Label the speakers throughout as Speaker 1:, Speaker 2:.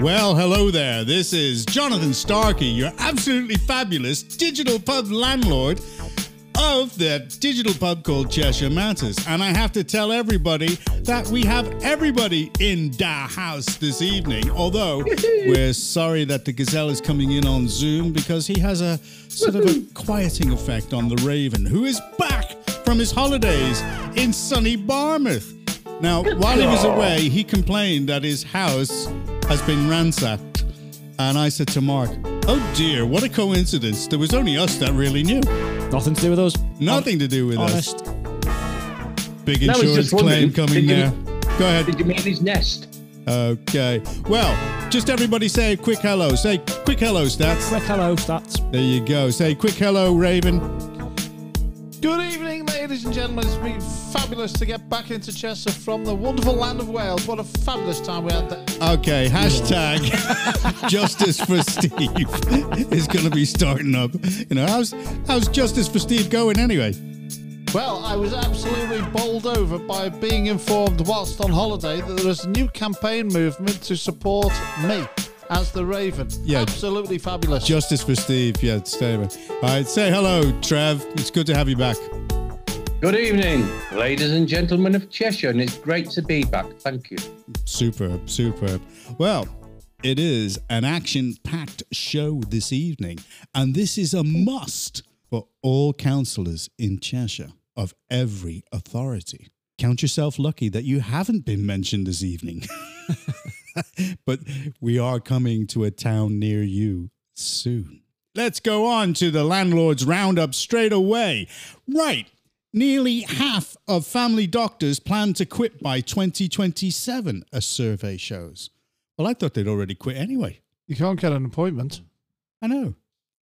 Speaker 1: Well, hello there. This is Jonathan Starkey, your absolutely fabulous digital pub landlord of the digital pub called Cheshire Matters. And I have to tell everybody that we have everybody in da house this evening. Although we're sorry that the gazelle is coming in on Zoom because he has a sort of a quieting effect on the raven, who is back from his holidays in sunny Barmouth. Now, while he was away, he complained that his house has been ransacked. And I said to Mark, Oh dear, what a coincidence. There was only us that really knew.
Speaker 2: Nothing to do with us.
Speaker 1: Nothing to do with us.
Speaker 2: Honest.
Speaker 1: Big
Speaker 3: was
Speaker 1: insurance
Speaker 3: just
Speaker 1: claim
Speaker 3: wondering,
Speaker 1: coming
Speaker 3: did you-
Speaker 1: there. Go ahead.
Speaker 3: Did you mean his nest?
Speaker 1: Okay. Well, just everybody say a quick hello. Say quick hello, Stats.
Speaker 2: Quick hello, stats.
Speaker 1: There you go. Say quick hello, Raven.
Speaker 4: Good evening, ladies and gentlemen. It's been fabulous to get back into Chester from the wonderful land of Wales. What a fabulous time we had there.
Speaker 1: Okay, hashtag justice for Steve is going to be starting up. You know, how's, how's justice for Steve going anyway?
Speaker 4: Well, I was absolutely bowled over by being informed whilst on holiday that there is a new campaign movement to support me as the Raven.
Speaker 1: Yeah.
Speaker 4: Absolutely fabulous.
Speaker 1: Justice for Steve. Yeah, stay away. All right, say hello, Trev. It's good to have you back.
Speaker 3: Good evening, ladies and gentlemen of Cheshire, and it's great to be back. Thank you.
Speaker 1: Superb, superb. Well, it is an action packed show this evening, and this is a must for all councillors in Cheshire of every authority. Count yourself lucky that you haven't been mentioned this evening. but we are coming to a town near you soon. Let's go on to the landlord's roundup straight away. Right. Nearly half of family doctors plan to quit by 2027, a survey shows. Well, I thought they'd already quit anyway.
Speaker 4: You can't get an appointment.
Speaker 1: I know.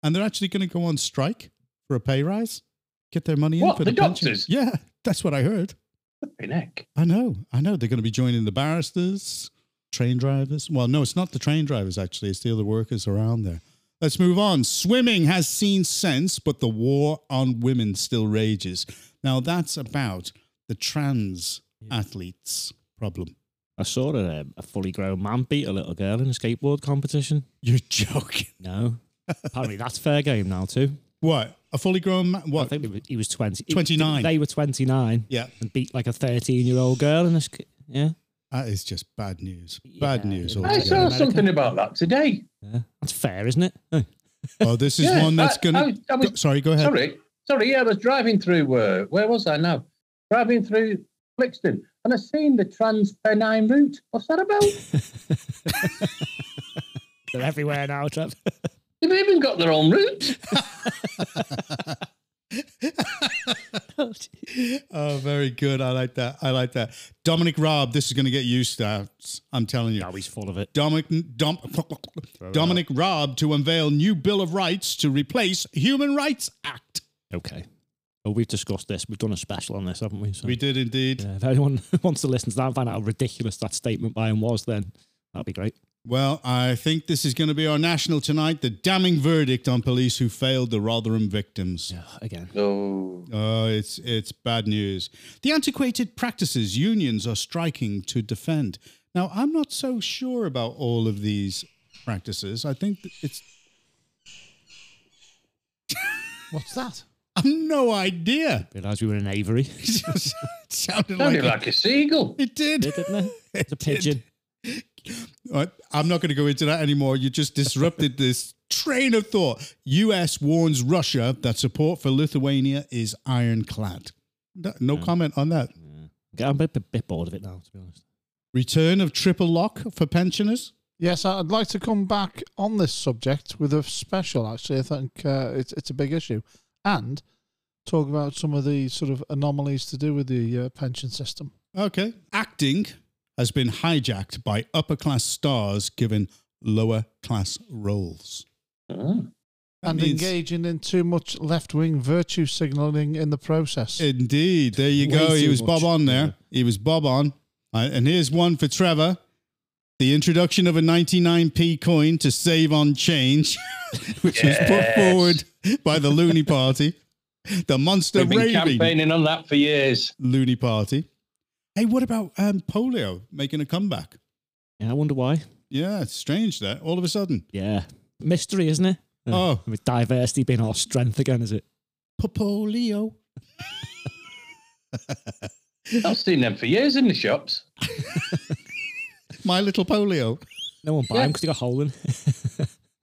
Speaker 1: And they're actually going to go on strike for a pay rise, get their money in
Speaker 3: What,
Speaker 1: for
Speaker 3: the
Speaker 1: pension.
Speaker 3: doctors?
Speaker 1: Yeah, that's what I heard.
Speaker 3: Flipping heck.
Speaker 1: I know, I know. They're going to be joining the barristers, train drivers. Well, no, it's not the train drivers, actually. It's the other workers around there. Let's move on. Swimming has seen sense, but the war on women still rages. Now, that's about the trans athletes problem.
Speaker 2: I saw a, um, a fully grown man beat a little girl in a skateboard competition.
Speaker 1: You're joking.
Speaker 2: No. Apparently, that's fair game now, too.
Speaker 1: What? A fully grown man?
Speaker 2: I
Speaker 1: What?
Speaker 2: think they were- he was 20.
Speaker 1: 29.
Speaker 2: They were 29
Speaker 1: Yeah,
Speaker 2: and beat like a 13 year old girl in a. Sk- yeah.
Speaker 1: that is just bad news. Bad
Speaker 2: Yeah,
Speaker 1: news
Speaker 2: it
Speaker 3: I
Speaker 2: is.
Speaker 1: altogether.
Speaker 3: saw
Speaker 2: America.
Speaker 3: something about that today.
Speaker 2: yeah. That's fair, isn't it? Huh.
Speaker 1: Oh, this is one that's
Speaker 3: I-
Speaker 1: going
Speaker 3: I was- I was-
Speaker 1: to. Sorry, go ahead.
Speaker 3: Sorry, sorry. Yeah, I was driving through. Uh, where was I now? Driving through Brixton, and I seen the Trans Pennine route. What's that about?
Speaker 2: They're everywhere now, Trev.
Speaker 3: They've even got their own route.
Speaker 1: Oh, very good. I like that. I like that. Dominic Robb, this is going to get you stats. I'm telling you.
Speaker 2: now he's full of it.
Speaker 1: Dominic, Dom, Dominic Robb to unveil new Bill of Rights to replace Human Rights Act.
Speaker 2: Okay. Well, we've discussed this. We've done a special on this, haven't we? So,
Speaker 1: We did indeed.
Speaker 2: yeah, if anyone wants to listen to that and find out how ridiculous that statement by him was, then that'd be great.
Speaker 1: Well, I think this is going to be our national tonight. The damning verdict on police who failed the Rotherham victims.
Speaker 2: Yeah, again.
Speaker 3: No.
Speaker 1: Oh, it's it's bad news. The antiquated practices unions are striking to defend. Now, I'm not so sure about all of these practices. I think that it's
Speaker 4: What's that?
Speaker 1: I've no idea.
Speaker 2: Realised we were in Avery.
Speaker 1: it sounded like,
Speaker 3: Sounded like a seagull.
Speaker 1: it did.
Speaker 2: didn't it? It's a pigeon.
Speaker 1: Uh, I'm not going to go into that anymore. You just disrupted this train of thought. U.S. warns Russia that support for Lithuania is ironclad. No, no comment on that.
Speaker 2: Yeah. I'm a bit, bit bored of it now, to be honest.
Speaker 1: Return of triple lock for pensioners.
Speaker 4: Yes, I'd like to come back on this subject with a special. Actually, I think uh, it's it's a big issue, and talk about some of the sort of anomalies to do with the uh, pension system.
Speaker 1: Okay. Acting has been hijacked by upper class stars given lower class roles.
Speaker 3: Oh.
Speaker 1: That
Speaker 4: and
Speaker 1: means-
Speaker 4: engaging in too much left wing virtue signalling in the process.
Speaker 1: Indeed. There you go.
Speaker 2: Way
Speaker 1: He
Speaker 2: too
Speaker 1: was Bob
Speaker 2: much.
Speaker 1: on there. He was Bob on. Uh, and here's one for Trevor. The introduction of a 99p coin to save on change, which was
Speaker 3: Yes.
Speaker 1: put forward by the Looney Party, the Monster
Speaker 3: We've been
Speaker 1: Raving
Speaker 3: campaigning on that for years.
Speaker 1: Looney Party. Hey, what about um, polio making a comeback?
Speaker 2: Yeah, I wonder why.
Speaker 1: Yeah, it's strange that all of a sudden.
Speaker 2: Yeah. Mystery, isn't it? Uh,
Speaker 1: Oh.
Speaker 2: With diversity being our strength again, is it?
Speaker 1: Popolio.
Speaker 3: I've seen them for years in the shops.
Speaker 1: My little polio.
Speaker 2: No one buy
Speaker 3: Yeah.
Speaker 2: them because they got a hole in.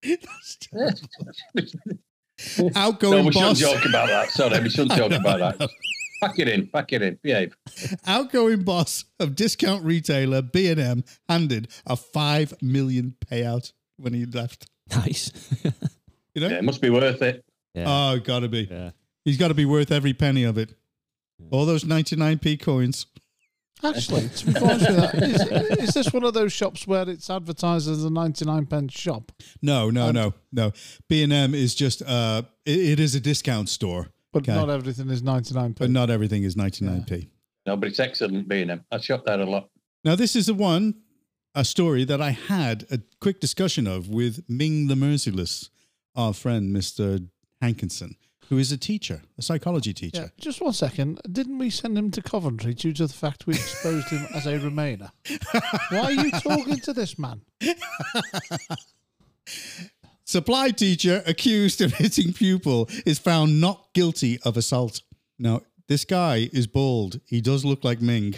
Speaker 3: Yeah. no,
Speaker 1: Outgoing
Speaker 3: we shouldn't
Speaker 1: boss.
Speaker 3: joke about that. Sorry, we shouldn't joke about that. Pack it in, pack it in, behave.
Speaker 1: Outgoing boss of discount retailer B&M handed a 5 million payout when he left.
Speaker 2: nice.
Speaker 1: You know?
Speaker 3: Yeah, it must be worth it.
Speaker 2: yeah.
Speaker 1: Oh, got to be.
Speaker 2: yeah.
Speaker 1: He's got to be worth every penny of it. All those 99p coins.
Speaker 4: Actually, to be honest with you, is, is this one of those shops where it's advertised as a 99 pence shop?
Speaker 1: No, no,
Speaker 4: Um,
Speaker 1: no, no. B&M is just, uh, it, it is a discount store,
Speaker 4: But
Speaker 1: Okay.
Speaker 4: not everything is 99
Speaker 1: but
Speaker 4: pence.
Speaker 1: not everything is 99p.
Speaker 3: No, but it's excellent being them. I shop there a lot.
Speaker 1: Now, this is the one, a story that I had a quick discussion of with Ming the Merciless, our friend, Mr. Hankinson, who is a teacher, a psychology teacher.
Speaker 4: Yeah, just one second. Didn't we send him to Coventry due to the fact we exposed him as a Remainer? Why are you talking to this man?
Speaker 1: Supply teacher accused of hitting pupil is found not guilty of assault. Now, this guy is bald. He does look like Ming.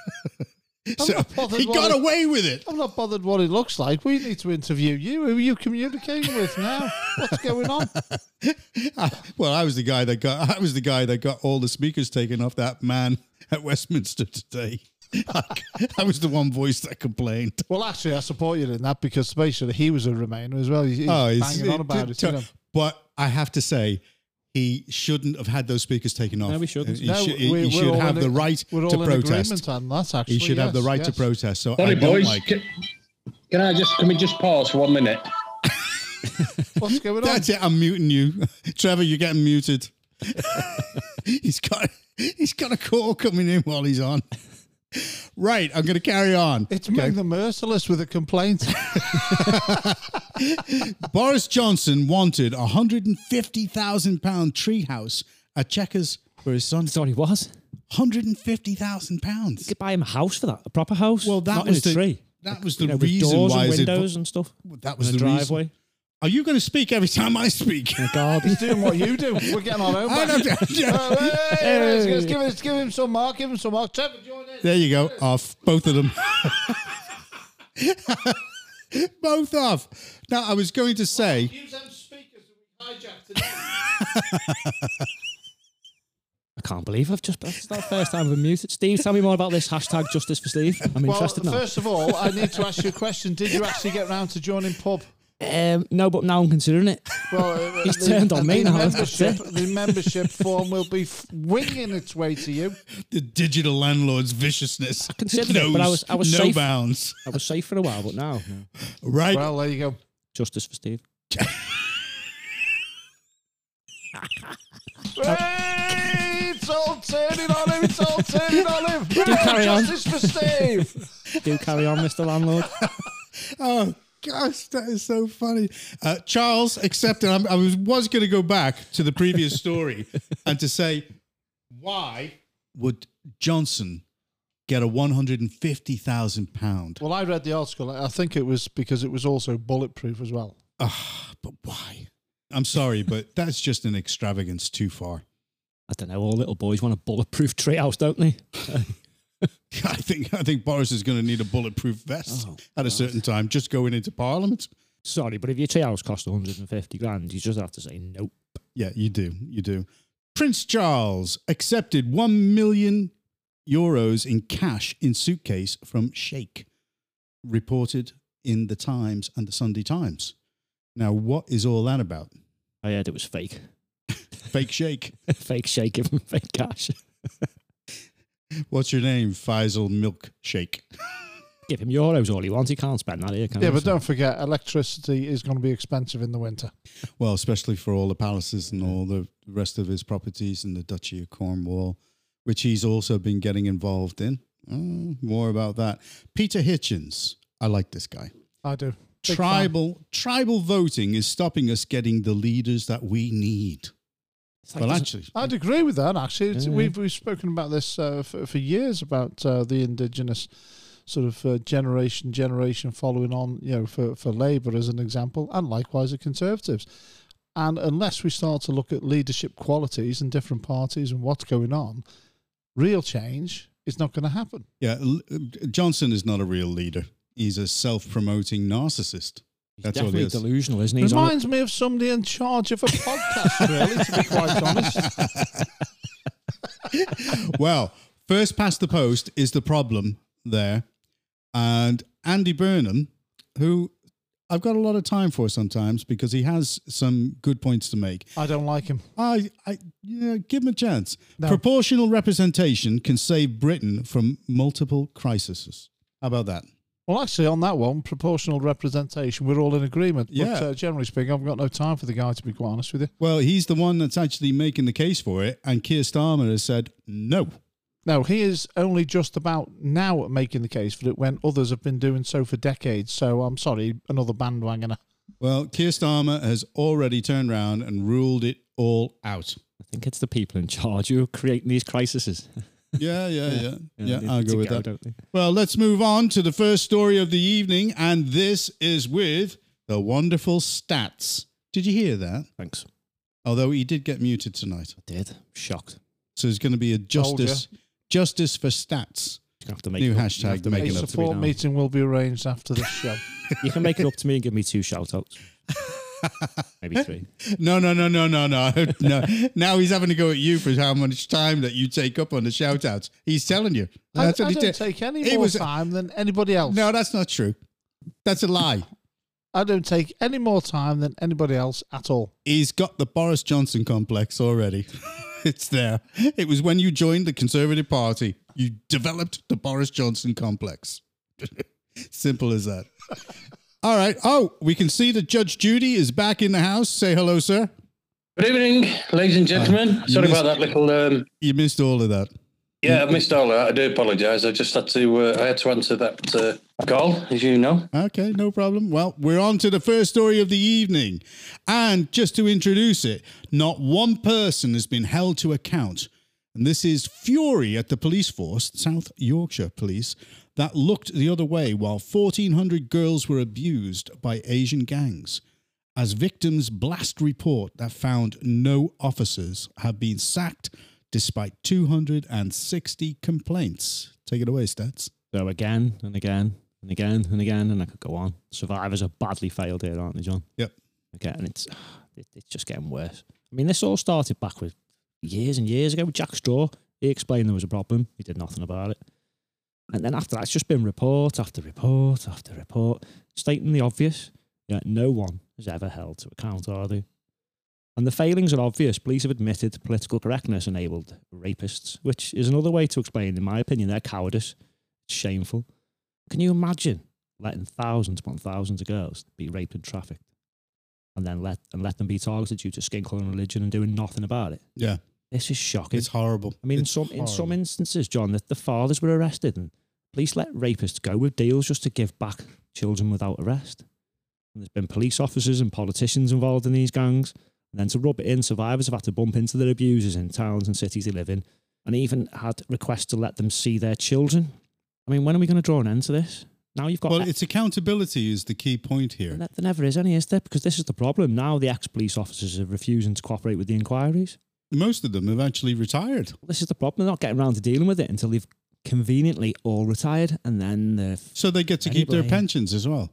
Speaker 1: so
Speaker 4: not bothered
Speaker 1: he
Speaker 4: what
Speaker 1: got
Speaker 4: he-
Speaker 1: away with it.
Speaker 4: I'm not bothered what he looks like. We need to interview you. Who are you communicating with now? What's going on?
Speaker 1: I- well, I was the guy that got I was the guy that got all the speakers taken off that man at Westminster today. I, I was the one voice that complained.
Speaker 4: Well, actually, I support you in that because basically he was a Remainer as well. He's, he's
Speaker 1: Oh, he's-
Speaker 4: banging on about it. you know.
Speaker 1: But I have to say, he shouldn't have had those speakers taken off.
Speaker 2: No, he shouldn't.
Speaker 1: He,
Speaker 4: No,
Speaker 1: should- he-
Speaker 4: we're-
Speaker 1: he
Speaker 4: we're
Speaker 1: should
Speaker 4: all
Speaker 1: have
Speaker 4: in
Speaker 1: the
Speaker 4: ag-
Speaker 1: right
Speaker 4: We're all
Speaker 1: to
Speaker 4: in
Speaker 1: protest.
Speaker 4: agreement on that. Actually,
Speaker 1: He should have the
Speaker 4: yes,
Speaker 1: right to
Speaker 4: yes.
Speaker 1: protest. So I
Speaker 3: Sorry,
Speaker 1: don't
Speaker 3: boys.
Speaker 1: like.
Speaker 3: Can, can I just can we just pause for one minute?
Speaker 4: What's going on?
Speaker 1: That's it. I'm muting you, Trevor. You're getting muted. he's got he's got a call coming in while he's on. Right, I'm going to carry on.
Speaker 4: It's Ming the Merciless with a complaint.
Speaker 1: Boris Johnson wanted a hundred and fifty thousand pound treehouse at Checkers for his son.
Speaker 2: Sorry, was.
Speaker 1: Hundred and fifty thousand pounds.
Speaker 2: You could buy him a house for that, a proper house.
Speaker 1: Well, that
Speaker 2: not
Speaker 1: was
Speaker 2: in
Speaker 1: the
Speaker 2: a tree.
Speaker 1: that was the
Speaker 2: You know, with
Speaker 1: reason
Speaker 2: doors
Speaker 1: why
Speaker 2: and
Speaker 1: is it-
Speaker 2: windows and stuff.
Speaker 1: that was
Speaker 2: and
Speaker 1: the
Speaker 2: a
Speaker 1: Reason.
Speaker 2: driveway.
Speaker 1: Are you going to speak every time I speak?
Speaker 2: and a garden.
Speaker 4: He's doing what you do. We're getting on over.
Speaker 1: I don't-
Speaker 4: Oh, hey, hey, let's- let's give, let's give him some mark. Give him some mark. Trevor, join in.
Speaker 1: There you go. Off. Both of them. Both off. Now, I was going to say,
Speaker 4: Use them speakers that we hijacked today.
Speaker 2: I can't believe I've just. That's not the first time I've been muted. Steve, tell me more about this hashtag justice for Steve. I'm
Speaker 4: Well,
Speaker 2: interested now.
Speaker 4: first of all, I need to ask you a question. Did you actually get round to joining pub?
Speaker 2: Um, no, but now I'm considering it.
Speaker 4: Well, uh,
Speaker 2: He's turned on me
Speaker 4: the
Speaker 2: now, that's
Speaker 4: Membership, the membership form will be f- winging its way to you.
Speaker 1: the digital landlord's viciousness
Speaker 2: considered it,
Speaker 1: knows
Speaker 2: but I was- I was
Speaker 1: no
Speaker 2: safe.
Speaker 1: bounds.
Speaker 2: I was safe for a while, but now no.
Speaker 1: Right?
Speaker 4: Well, there you go.
Speaker 2: justice for Steve.
Speaker 4: Hey, it's all turning on him. It's all turning on him.
Speaker 2: carry on.
Speaker 4: Justice for Steve.
Speaker 2: Do carry on, Mr. Landlord.
Speaker 1: oh, gosh, that is so funny. Uh, Charles accepted. I'm, I was, was going to go back to the previous story and to say, why would Johnson get a £150,000?
Speaker 4: Well, I read the article. I think it was because it was also bulletproof as well.
Speaker 1: Ah, but why? I'm sorry, but that's just an extravagance too far.
Speaker 2: I don't know. All little boys want a bulletproof treehouse, don't they?
Speaker 1: I think I think Boris is going to need a bulletproof vest
Speaker 2: Oh,
Speaker 1: at a certain time, just going into Parliament.
Speaker 2: Sorry, but if your treehouse costs 150 grand, you just have to say nope.
Speaker 1: Yeah, you do, you do. Prince Charles accepted one million euros in cash in suitcase from Sheikh, reported in the Times and the Sunday Times. Now, what is all that about?
Speaker 2: I heard it was fake,
Speaker 1: Fake Sheikh.
Speaker 2: fake shake, giving fake cash.
Speaker 1: What's your name? Faisal Milk Sheikh.
Speaker 2: Give him euros all he wants. He can't spend that here, can
Speaker 4: Yeah,
Speaker 2: he?
Speaker 4: but
Speaker 2: So-
Speaker 4: don't forget, electricity is going to be expensive in the winter.
Speaker 1: Well, especially for all the palaces and all the rest of his properties in the Duchy of Cornwall, which he's also been getting involved in. Mm, more about that. Peter Hitchens. I like this guy.
Speaker 4: I do. Big fan.
Speaker 1: tribal tribal voting is stopping us getting the leaders that we need.
Speaker 2: It's like
Speaker 1: well,
Speaker 2: there's-
Speaker 1: actually,
Speaker 4: I'd agree with that. Actually, it's,
Speaker 2: Yeah.
Speaker 4: we've we've spoken about this uh, for, for years about uh, the indigenous sort of uh, generation generation following on, you know, for for Labour as an example, and likewise the Conservatives. And unless we start to look at leadership qualities in different parties and what's going on, real change is not going to happen.
Speaker 1: Yeah, L- uh, Johnson is not a real leader. He's a self-promoting narcissist.
Speaker 2: He's
Speaker 1: That's all
Speaker 2: definitely
Speaker 1: he is.
Speaker 2: delusional, isn't he? He's on a-
Speaker 4: Reminds me of somebody in charge of a podcast, really, to be quite honest.
Speaker 1: well, first past the post is the problem there. And Andy Burnham, who I've got a lot of time for sometimes because he has some good points to make.
Speaker 4: I don't like him.
Speaker 1: I, I yeah, give him a chance.
Speaker 4: No.
Speaker 1: Proportional representation can save Britain from multiple crises. How about that?
Speaker 4: Well, actually, on that one, proportional representation, we're all in agreement.
Speaker 1: Yeah.
Speaker 4: But uh, generally speaking, I've got no time for the guy, to be quite honest with you.
Speaker 1: Well, he's the one that's actually making the case for it, and Keir Starmer has said no.
Speaker 4: No, he is only just about now making the case for it when others have been doing so for decades. So I'm sorry, another bandwagoner.
Speaker 1: Well, Keir Starmer has already turned round and ruled it all out.
Speaker 2: I think it's the people in charge who are creating these crises.
Speaker 1: Yeah, yeah, yeah. Yeah,
Speaker 2: Yeah, they
Speaker 1: I'll
Speaker 2: need
Speaker 1: go
Speaker 2: to
Speaker 1: with
Speaker 2: go,
Speaker 1: that.
Speaker 2: don't they?
Speaker 1: Well, let's move on to the first story of the evening, and this is with the wonderful stats. Did you hear that?
Speaker 2: Thanks.
Speaker 1: Although he did get muted tonight,
Speaker 2: I did. Shocked.
Speaker 1: so there's going to be a
Speaker 4: Told ya.
Speaker 1: justice justice for stats.
Speaker 2: You're gonna have to make
Speaker 1: New
Speaker 2: it up-
Speaker 1: hashtag
Speaker 2: you have
Speaker 1: to make
Speaker 4: A
Speaker 1: it up
Speaker 2: to me
Speaker 4: support
Speaker 2: now.
Speaker 4: meeting will be arranged after this show.
Speaker 2: You can make it up to me and give me two shout outs. Maybe three.
Speaker 1: No, no, no, no, no, no, no. Now he's having to go at you for how much time that you take up on the shout outs. He's telling you.
Speaker 4: I, I
Speaker 1: That's what
Speaker 4: don't
Speaker 1: he did.
Speaker 4: take any
Speaker 1: He
Speaker 4: more
Speaker 1: was-
Speaker 4: time than anybody else.
Speaker 1: No, that's not true. That's a lie.
Speaker 4: I don't take any more time than anybody else at all.
Speaker 1: he's got the Boris Johnson complex already. it's there. It was when you joined the Conservative Party, you developed the Boris Johnson complex. Simple as that. All right. Oh, we can see that Judge Judy is back in the house. Say hello, sir.
Speaker 3: Good evening, ladies and gentlemen.
Speaker 1: you
Speaker 3: Sorry
Speaker 1: missed-
Speaker 3: about that little. Um,
Speaker 1: You missed all of that.
Speaker 3: yeah, I missed all that. I do apologise. I just had to. Uh, I had to answer that uh, call, as you know.
Speaker 1: Okay, no problem. Well, we're on to the first story of the evening. And just to introduce it, not one person has been held to account. And this is fury at the police force, South Yorkshire Police, that looked the other way while 1,400 girls were abused by Asian gangs. As victims blast report that found no officers have been sacked despite 260 complaints. Take it away, Stats.
Speaker 2: So again and again and again and again, and I could go on. Survivors are badly failed here, aren't they, John?
Speaker 1: Yep.
Speaker 2: Okay, and it's it, it's just getting worse. I mean, this all started back with years and years ago with Jack Straw. He explained there was a problem. He did nothing about it. And then after that, it's just been report after report after report, stating the obvious. Yet no one is ever held to account, are they? And the failings are obvious. Police have admitted political correctness enabled rapists, which is another way to explain, in my opinion, their cowardice. It's shameful. Can you imagine letting thousands upon thousands of girls be raped and trafficked? and then let and let them be targeted due to skin color and religion and doing nothing about it.
Speaker 1: Yeah,
Speaker 2: This is shocking.
Speaker 1: it's horrible.
Speaker 2: I mean, in
Speaker 1: It's
Speaker 2: some in some
Speaker 1: horrible.
Speaker 2: instances, John, that the fathers were arrested and police let rapists go with deals just to give back children without arrest. And there's been police officers and politicians involved in these gangs. And then to rub it in, survivors have had to bump into their abusers in towns and cities they live in, and even had requests to let them see their children. I mean, when are we going to draw an end to this? Now you've got e-
Speaker 1: Well, it's accountability is the key point here.
Speaker 2: There, there never is any, is there? Because this is the problem. Now the ex police officers are refusing to cooperate with the inquiries.
Speaker 1: Most of them have actually retired.
Speaker 2: This is the problem. They're not getting around to dealing with it until they've conveniently all retired, and then the f-
Speaker 1: So they get to keep their
Speaker 2: Anybody.
Speaker 1: pensions as well.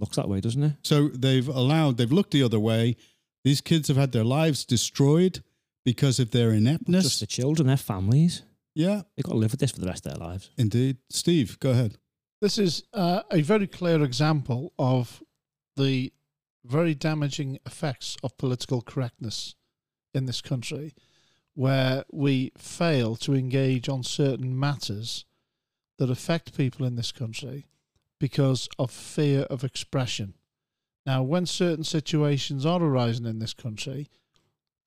Speaker 2: looks that way, doesn't it?
Speaker 1: So they've allowed, they've looked the other way. These kids have had their lives destroyed because of their
Speaker 2: Not Just
Speaker 1: ineptness.
Speaker 2: the children, their families.
Speaker 1: yeah,
Speaker 2: They've got to live with this for the rest of their lives.
Speaker 1: indeed. Steve, go ahead.
Speaker 4: This is uh, a very clear example of the very damaging effects of political correctness in this country, where we fail to engage on certain matters that affect people in this country because of fear of expression. Now, when certain situations are arising in this country,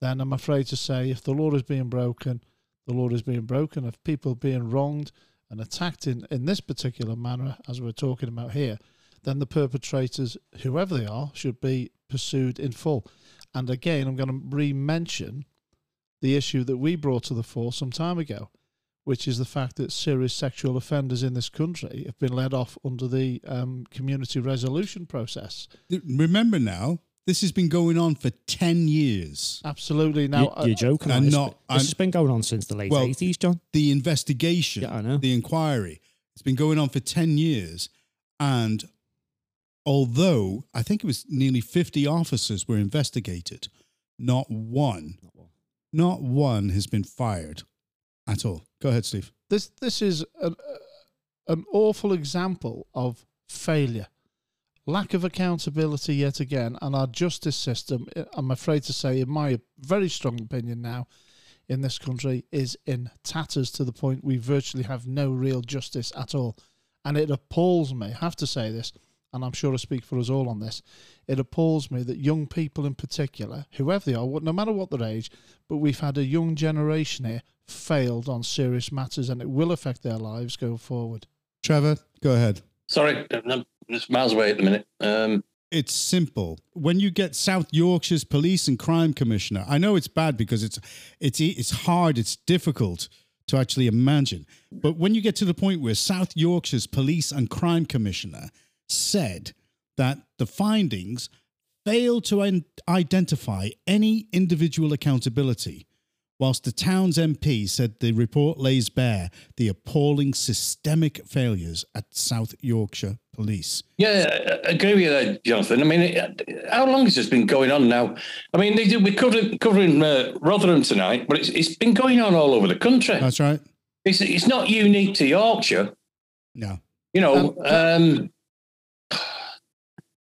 Speaker 4: then I'm afraid to say if the law is being broken, the law is being broken. If people are being wronged, and attacked in, in this particular manner, as we're talking about here, then the perpetrators, whoever they are, should be pursued in full. And again, I'm going to re mention the issue that we brought to the fore some time ago, which is the fact that serious sexual offenders in this country have been let off under the um, community resolution process.
Speaker 1: Remember now, this has been going on for 10 years.
Speaker 4: Absolutely. Now, uh,
Speaker 2: you, are joking.
Speaker 1: I'm
Speaker 2: I'm
Speaker 1: uh, not-
Speaker 2: not.
Speaker 1: I'm-
Speaker 2: this has been going on since the late
Speaker 1: Well,
Speaker 2: 80s, John.
Speaker 1: The investigation,
Speaker 2: Yeah, I know.
Speaker 1: the inquiry, it's been going on for 10 years. And although I think it was nearly 50 officers were investigated, not one, not one has been fired at all. Go ahead, Steve.
Speaker 4: this this is an, uh, an awful example of failure, lack of accountability yet again, and our justice system. I- I'm afraid to say, in my very strong opinion now, in this country, is in tatters to the point we virtually have no real justice at all, and it appalls me. I have to say this. And I'm sure I speak for us all on this. It appalls me that young people, in particular, whoever they are, what- no matter what their age, but we've had a young generation here failed on serious matters and it will affect their lives going forward.
Speaker 1: Trevor, go ahead.
Speaker 3: Sorry, I'm just miles away at the minute. Um,
Speaker 1: It's simple. When you get South Yorkshire's police and crime commissioner, I know it's bad because it's it's e- it's hard, it's difficult to actually imagine. But when you get to the point where South Yorkshire's police and crime commissioner said that the findings failed to in- identify any individual accountability, whilst the town's MP said the report lays bare the appalling systemic failures at South Yorkshire Police.
Speaker 3: Yeah, I agree with you there, Jonathan. I mean, it- how long has this been going on now? I mean, they did, we're covering, covering uh, Rotherham tonight, but it's, it's been going on all over the country.
Speaker 1: That's right.
Speaker 3: It's, it's not unique to Yorkshire,
Speaker 1: No.
Speaker 3: you know. Um,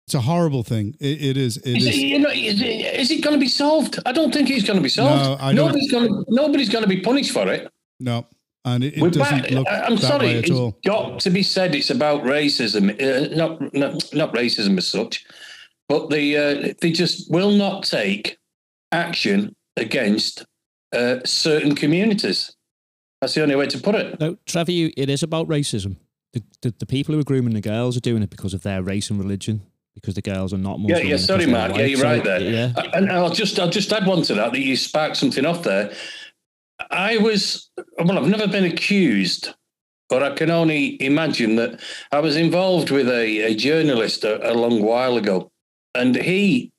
Speaker 1: It's a horrible thing. It, it is. It
Speaker 3: is, it,
Speaker 1: is.
Speaker 3: you know, is, it- is it going to be solved? I don't think it's going to be solved.
Speaker 1: No, I don't-
Speaker 3: nobody's going to nobody's going to be punished for it.
Speaker 1: No, and it,
Speaker 3: We're
Speaker 1: it doesn't
Speaker 3: back-
Speaker 1: look
Speaker 3: I- I'm
Speaker 1: that
Speaker 3: sorry,
Speaker 1: way at
Speaker 3: it's
Speaker 1: all.
Speaker 3: got to be said. It's about racism, uh, not, not not racism as such, but the uh, they just will not take action against uh, certain communities. That's the only way to put it.
Speaker 2: No, Trevor, you, it is about racism. The, the, the people who are grooming the girls are doing it because of their race and religion, because the girls are not
Speaker 3: Yeah,
Speaker 2: Muslim.
Speaker 3: yeah.
Speaker 2: and
Speaker 3: Sorry,
Speaker 2: because they're
Speaker 3: Mark. Yeah,
Speaker 2: white.
Speaker 3: you're
Speaker 2: So,
Speaker 3: right there.
Speaker 2: Yeah.
Speaker 3: And I'll just I'll just add one to that that you sparked something off there. I was well, I've never been accused, but I can only imagine that I was involved with a, a journalist a, a long while ago, and he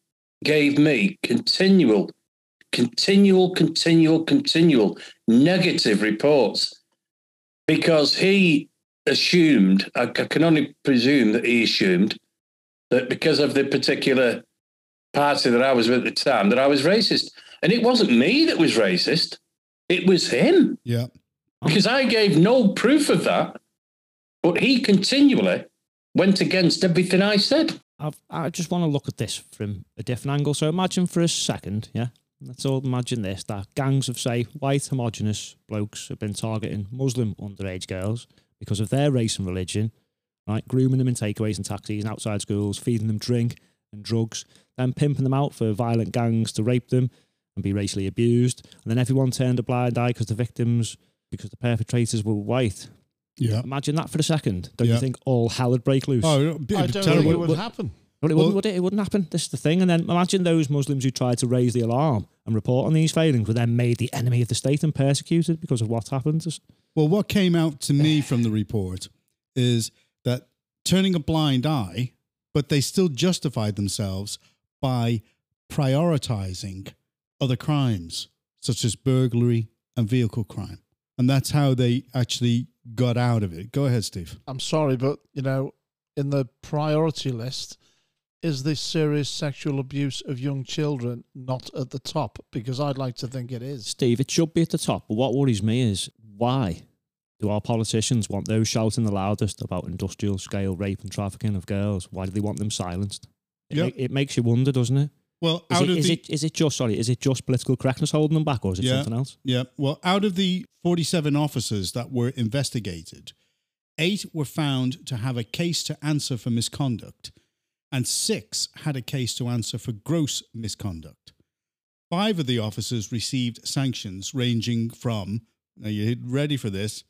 Speaker 3: gave me continual, continual, continual, continual negative reports because he assumed I c- can only presume that he assumed that because of the particular party that I was with at the time that I was racist. And it wasn't me that was racist, it was him
Speaker 1: Yeah,
Speaker 3: because I gave no proof of that. But he continually went against everything I said.
Speaker 2: I've, I just want to look at this from a different angle. So imagine for a second, yeah, let's all imagine this: that gangs of say white homogenous blokes have been targeting Muslim underage girls because of their race and religion, right? Grooming them in takeaways and taxis and outside schools, feeding them drink and drugs, then pimping them out for violent gangs to rape them and be racially abused, and then everyone turned a blind eye because the victims, because the perpetrators were white.
Speaker 1: yeah.
Speaker 2: Imagine that for a second. Don't
Speaker 1: Yeah.
Speaker 2: you think all hell would break loose?
Speaker 1: Oh, it'd be
Speaker 4: I don't
Speaker 1: terrible.
Speaker 4: think it would happen.
Speaker 2: Well, it wouldn't, would it? It wouldn't happen. This is the thing. And then imagine those Muslims who tried to raise the alarm and report on these failings were then made the enemy of the state and persecuted because of what happened. It's-
Speaker 1: Well, what came out to me from the report is that turning a blind eye, but they still justified themselves by prioritizing other crimes, such as burglary and vehicle crime. And that's how they actually got out of it. Go ahead, Steve.
Speaker 4: I'm sorry, but you know, in the priority list is this serious sexual abuse of young children not at the top? Because I'd like to think it is.
Speaker 2: Steve, it should be at the top. But what worries me is why do our politicians want those shouting the loudest about industrial scale rape and trafficking of girls? Why do they want them silenced? It,
Speaker 1: Yeah.
Speaker 2: ma- it makes you wonder, doesn't it?
Speaker 1: Well,
Speaker 2: Is,
Speaker 1: out
Speaker 2: it,
Speaker 1: of
Speaker 2: is
Speaker 1: the
Speaker 2: it is it just sorry? Is it just political correctness holding them back, or is it
Speaker 1: Yeah.
Speaker 2: something else?
Speaker 1: Yeah. Well, out of the 47 officers that were investigated, eight were found to have a case to answer for misconduct, and six had a case to answer for gross misconduct. Five of the officers received sanctions ranging from, now you ready for this,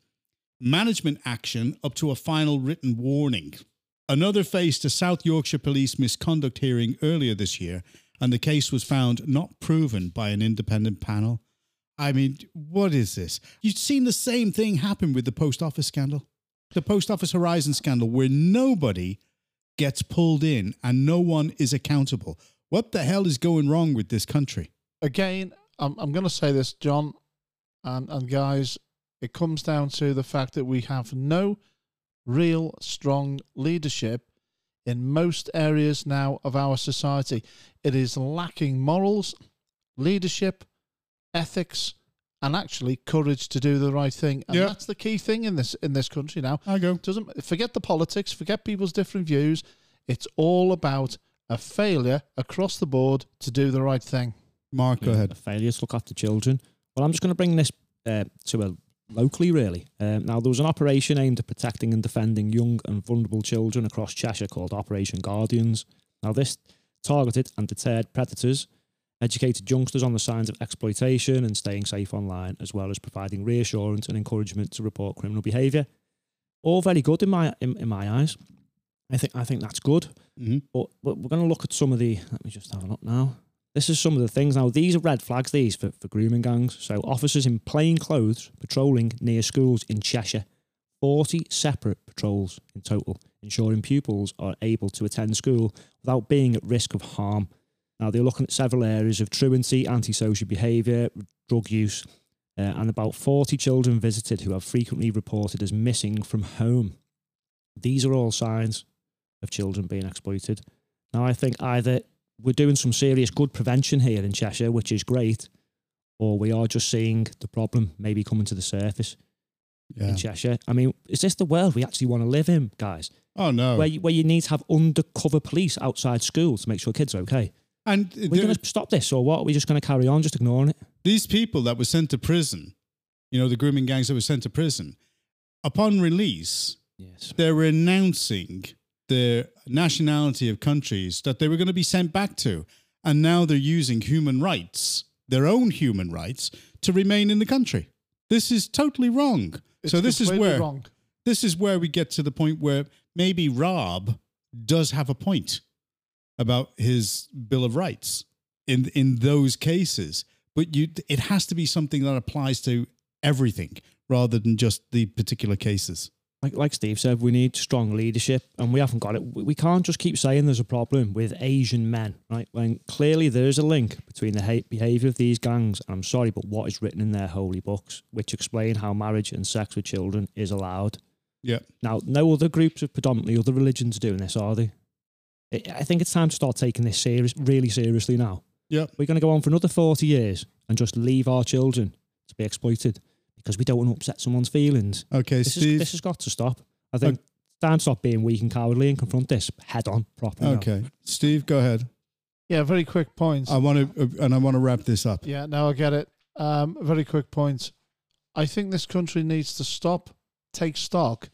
Speaker 1: management action up to a final written warning. Another faced a South Yorkshire Police misconduct hearing earlier this year, and the case was found not proven by an independent panel I mean, what is this? You've seen the same thing happen with the post office scandal, the post office horizon scandal, where nobody gets pulled in and no one is accountable. What the hell is going wrong with this country?
Speaker 4: again, I'm, I'm going to say this, John and, and guys, it comes down to the fact that we have no real strong leadership in most areas now of our society. It is lacking morals, leadership, ethics, and actually courage to do the right thing. And
Speaker 1: Yeah.
Speaker 4: that's the key thing in this in this country now.
Speaker 1: I go.
Speaker 4: Doesn't forget the politics, forget people's different views. It's all about a failure across the board to do the right thing.
Speaker 1: Mark, go
Speaker 2: A
Speaker 1: ahead.
Speaker 2: failure to look after children. Well, I'm just going to bring this uh, to a locally, really. Um, now, there was an operation aimed at protecting and defending young and vulnerable children across Cheshire called Operation Guardians. Now, this targeted and deterred predators, educated youngsters on the signs of exploitation and staying safe online, as well as providing reassurance and encouragement to report criminal behaviour. All very good in my in, in my eyes. I think I think that's good.
Speaker 1: Mhm.
Speaker 2: But, but we're going to look at some of the. Let me just have a look now. This is some of the things. Now, these are red flags, these for, for grooming gangs. So, officers in plain clothes patrolling near schools in Cheshire. 40 separate patrols in total, ensuring pupils are able to attend school without being at risk of harm. Now, they're looking at several areas of truancy, antisocial behaviour, drug use, uh, and about 40 children visited who are frequently reported as missing from home. These are all signs of children being exploited. Now, I think either we're doing some serious good prevention here in Cheshire, which is great, or we are just seeing the problem maybe coming to the surface
Speaker 1: Yeah.
Speaker 2: in Cheshire. I mean, is this the world we actually want to live in, guys?
Speaker 1: Oh no.
Speaker 2: Where, you, where you need to have undercover police outside school to make sure kids are okay.
Speaker 1: and
Speaker 2: We're
Speaker 1: there-
Speaker 2: going to stop this, or what? Are we just going to carry on just ignoring it?
Speaker 1: these people that were sent to prison, you know, the grooming gangs that were sent to prison, upon release,
Speaker 2: Yes.
Speaker 1: they're renouncing the nationality of countries that they were going to be sent back to. And now they're using human rights, their own human rights, to remain in the country. This is totally wrong.
Speaker 4: It's
Speaker 1: so this is
Speaker 4: completely
Speaker 1: where
Speaker 4: wrong.
Speaker 1: this is where we get to the point where maybe Rob does have a point about his Bill of Rights in in those cases. But you, it has to be something that applies to everything rather than just the particular cases.
Speaker 2: Like, like Steve said, we need strong leadership, and we haven't got it. We we can't just keep saying there's a problem with Asian men, right? When clearly there is a link between the hate behaviour of these gangs, and I'm sorry, but what is written in their holy books, which explain how marriage and sex with children is allowed.
Speaker 1: Yeah.
Speaker 2: Now, no other groups of predominantly other religions are doing this, are they? I I think it's time to start taking this serious, really seriously now.
Speaker 1: Yeah.
Speaker 2: We're going to go on for another 40 years and just leave our children to be exploited because we don't want to upset someone's feelings.
Speaker 1: Okay,
Speaker 2: This,
Speaker 1: Steve.
Speaker 2: is, this has got to stop. I think it's time to stop being weak and cowardly and confront this head on properly. now.
Speaker 1: okay, Steve. Go ahead.
Speaker 4: Yeah, very quick point.
Speaker 1: I want to, uh, and I want to wrap this up.
Speaker 4: yeah, now I get it. Um, very quick point. I think this country needs to stop, take stock,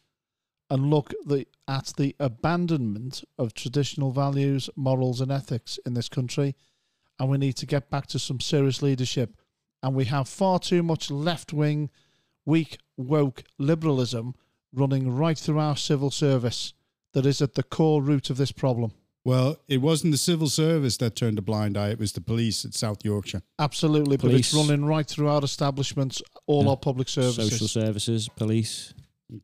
Speaker 4: and look the, at the abandonment of traditional values, morals, and ethics in this country. And we need to get back to some serious leadership. And we have far too much left wing, weak, woke liberalism running right through our civil service that is at the core root of this problem.
Speaker 1: Well, it wasn't the civil service that turned a blind eye; it was the police at South Yorkshire.
Speaker 4: Absolutely,
Speaker 2: Police.
Speaker 4: but it's running right through our establishments, all
Speaker 2: Yeah.
Speaker 4: our public services.
Speaker 2: Social services, police,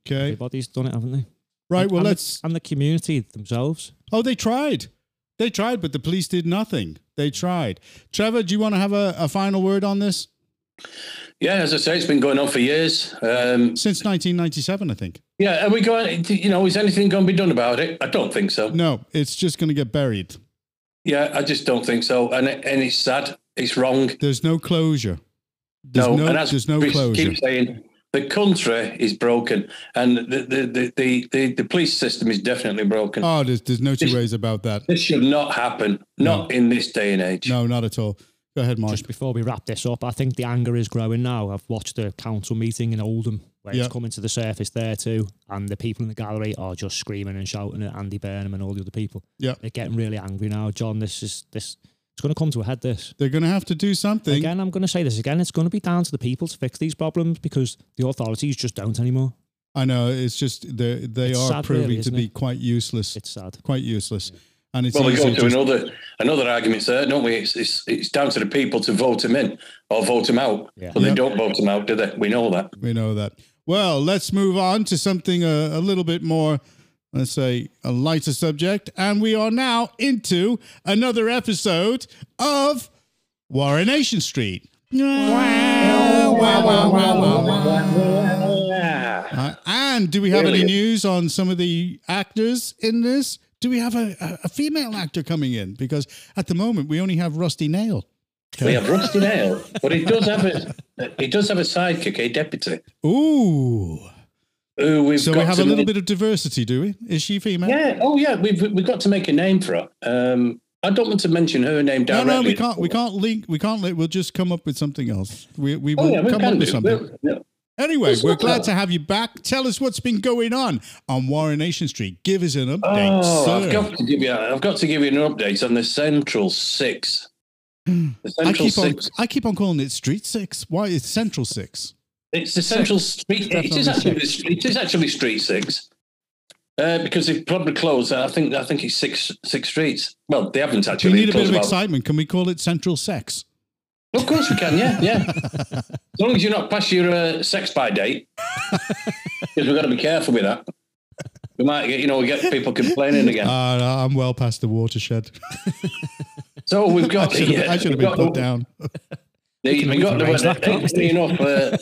Speaker 1: Okay,
Speaker 2: everybody's done it, haven't they?
Speaker 1: right.
Speaker 2: And-
Speaker 1: Well,
Speaker 2: and the-
Speaker 1: let's
Speaker 2: and the community themselves.
Speaker 1: Oh, they tried. They tried, but the police did nothing. They tried. Trevor, do you want to have a, a final word on this?
Speaker 3: Yeah, as I say, it's been going on for years. Um,
Speaker 1: Since 1997, I think.
Speaker 3: yeah, are we going? You know, is anything going to be done about it? I don't think so.
Speaker 1: No, it's just going to get buried.
Speaker 3: Yeah, I just don't think so. And it- and it's sad. It's wrong.
Speaker 1: There's no closure. There's no,
Speaker 3: and as
Speaker 1: there's no
Speaker 3: we
Speaker 1: closure.
Speaker 3: keep saying, the country is broken, and the the, the, the, the the police system is definitely broken.
Speaker 1: Oh, there's, there's no two ways about that.
Speaker 3: This should not happen. Not in this day and age.
Speaker 1: No, not at all. Go ahead, Mark.
Speaker 2: Just before we wrap this up, I think the anger is growing now. I've watched the council meeting in Oldham where
Speaker 1: Yeah.
Speaker 2: it's coming to the surface there too, and the people in the gallery are just screaming and shouting at Andy Burnham and all the other people.
Speaker 1: Yeah.
Speaker 2: They're getting really angry now. John, this is this it's gonna come to a head this.
Speaker 1: They're going to have to do something.
Speaker 2: Again, I'm gonna say this again, it's gonna be down to the people to fix these problems because the authorities just don't anymore.
Speaker 1: I know. It's just they're- they
Speaker 2: It's
Speaker 1: are
Speaker 2: sad,
Speaker 1: proving
Speaker 2: really,
Speaker 1: to
Speaker 2: isn't
Speaker 1: be
Speaker 2: it?
Speaker 1: quite useless.
Speaker 2: It's sad.
Speaker 1: quite useless. And it's
Speaker 3: Well, we
Speaker 1: easy
Speaker 3: go to
Speaker 1: just-
Speaker 3: another another argument there, don't we? It's, it's it's down to the people to vote him in or vote him out.
Speaker 2: Yeah.
Speaker 3: But they
Speaker 1: Yeah.
Speaker 3: don't vote him out, do they? We know that.
Speaker 1: We know that. Well, let's move on to something uh, a, a little bit more, let's say, a lighter subject. And we are now into another episode of Warrenation Street. Uh, and do we have any
Speaker 3: Brilliant.
Speaker 1: news on some of the actors in this? Do we have a, a- a female actor coming in? Because at the moment, we only have Rusty Nail.
Speaker 3: We have Rusty Nail, but he does have a he does have a sidekick, a deputy.
Speaker 1: Ooh.
Speaker 3: Who we've
Speaker 1: So
Speaker 3: got
Speaker 1: we have
Speaker 3: to
Speaker 1: a little
Speaker 3: make-
Speaker 1: bit of diversity, do we? Is she female?
Speaker 3: Yeah. Oh yeah. We've we've got to make a name for her. Um, I don't want to mention her name
Speaker 1: No,
Speaker 3: directly.
Speaker 1: no, we can't. We can't link. We can't. Li- we'll just come up with something else. We we
Speaker 3: Oh
Speaker 1: will
Speaker 3: yeah, we
Speaker 1: come up
Speaker 3: can
Speaker 1: with
Speaker 3: do.
Speaker 1: something.
Speaker 3: We'll- yeah.
Speaker 1: anyway,
Speaker 3: Let's
Speaker 1: we're
Speaker 3: look it
Speaker 1: glad
Speaker 3: up.
Speaker 1: to have you back. Tell us what's been going on on Warrenation Street. Give us an update,
Speaker 3: Oh,
Speaker 1: sir.
Speaker 3: I've got to give you. I've got to give you an update on the Central Six. The
Speaker 1: Hmm. I
Speaker 3: Central
Speaker 1: keep on.
Speaker 3: Six.
Speaker 1: I keep on calling it Street Six. Why it's Central Six?
Speaker 3: It's the Central Street. It is
Speaker 1: definitely
Speaker 3: actually. It is actually Street Six. Uh, because they've probably closed. I think. I think it's six six streets. Well, they haven't actually.
Speaker 1: we need a bit
Speaker 3: closed
Speaker 1: of
Speaker 3: about-
Speaker 1: excitement. Can we call it Central Sex?
Speaker 3: Of course we can, yeah, yeah. as long as you're not past your uh, sex by date, because we've got to be careful with that. We might get, you know, we get people complaining again.
Speaker 1: Uh, no, I'm well past the watershed.
Speaker 3: so we've
Speaker 1: I
Speaker 3: got,
Speaker 1: should have, I should have
Speaker 3: we've
Speaker 1: been
Speaker 3: got
Speaker 1: put
Speaker 3: the-
Speaker 1: down.
Speaker 3: the-
Speaker 2: We
Speaker 3: We
Speaker 2: can
Speaker 3: got the
Speaker 2: arrange that, can't we,
Speaker 3: weather.
Speaker 2: Steve?
Speaker 3: enough.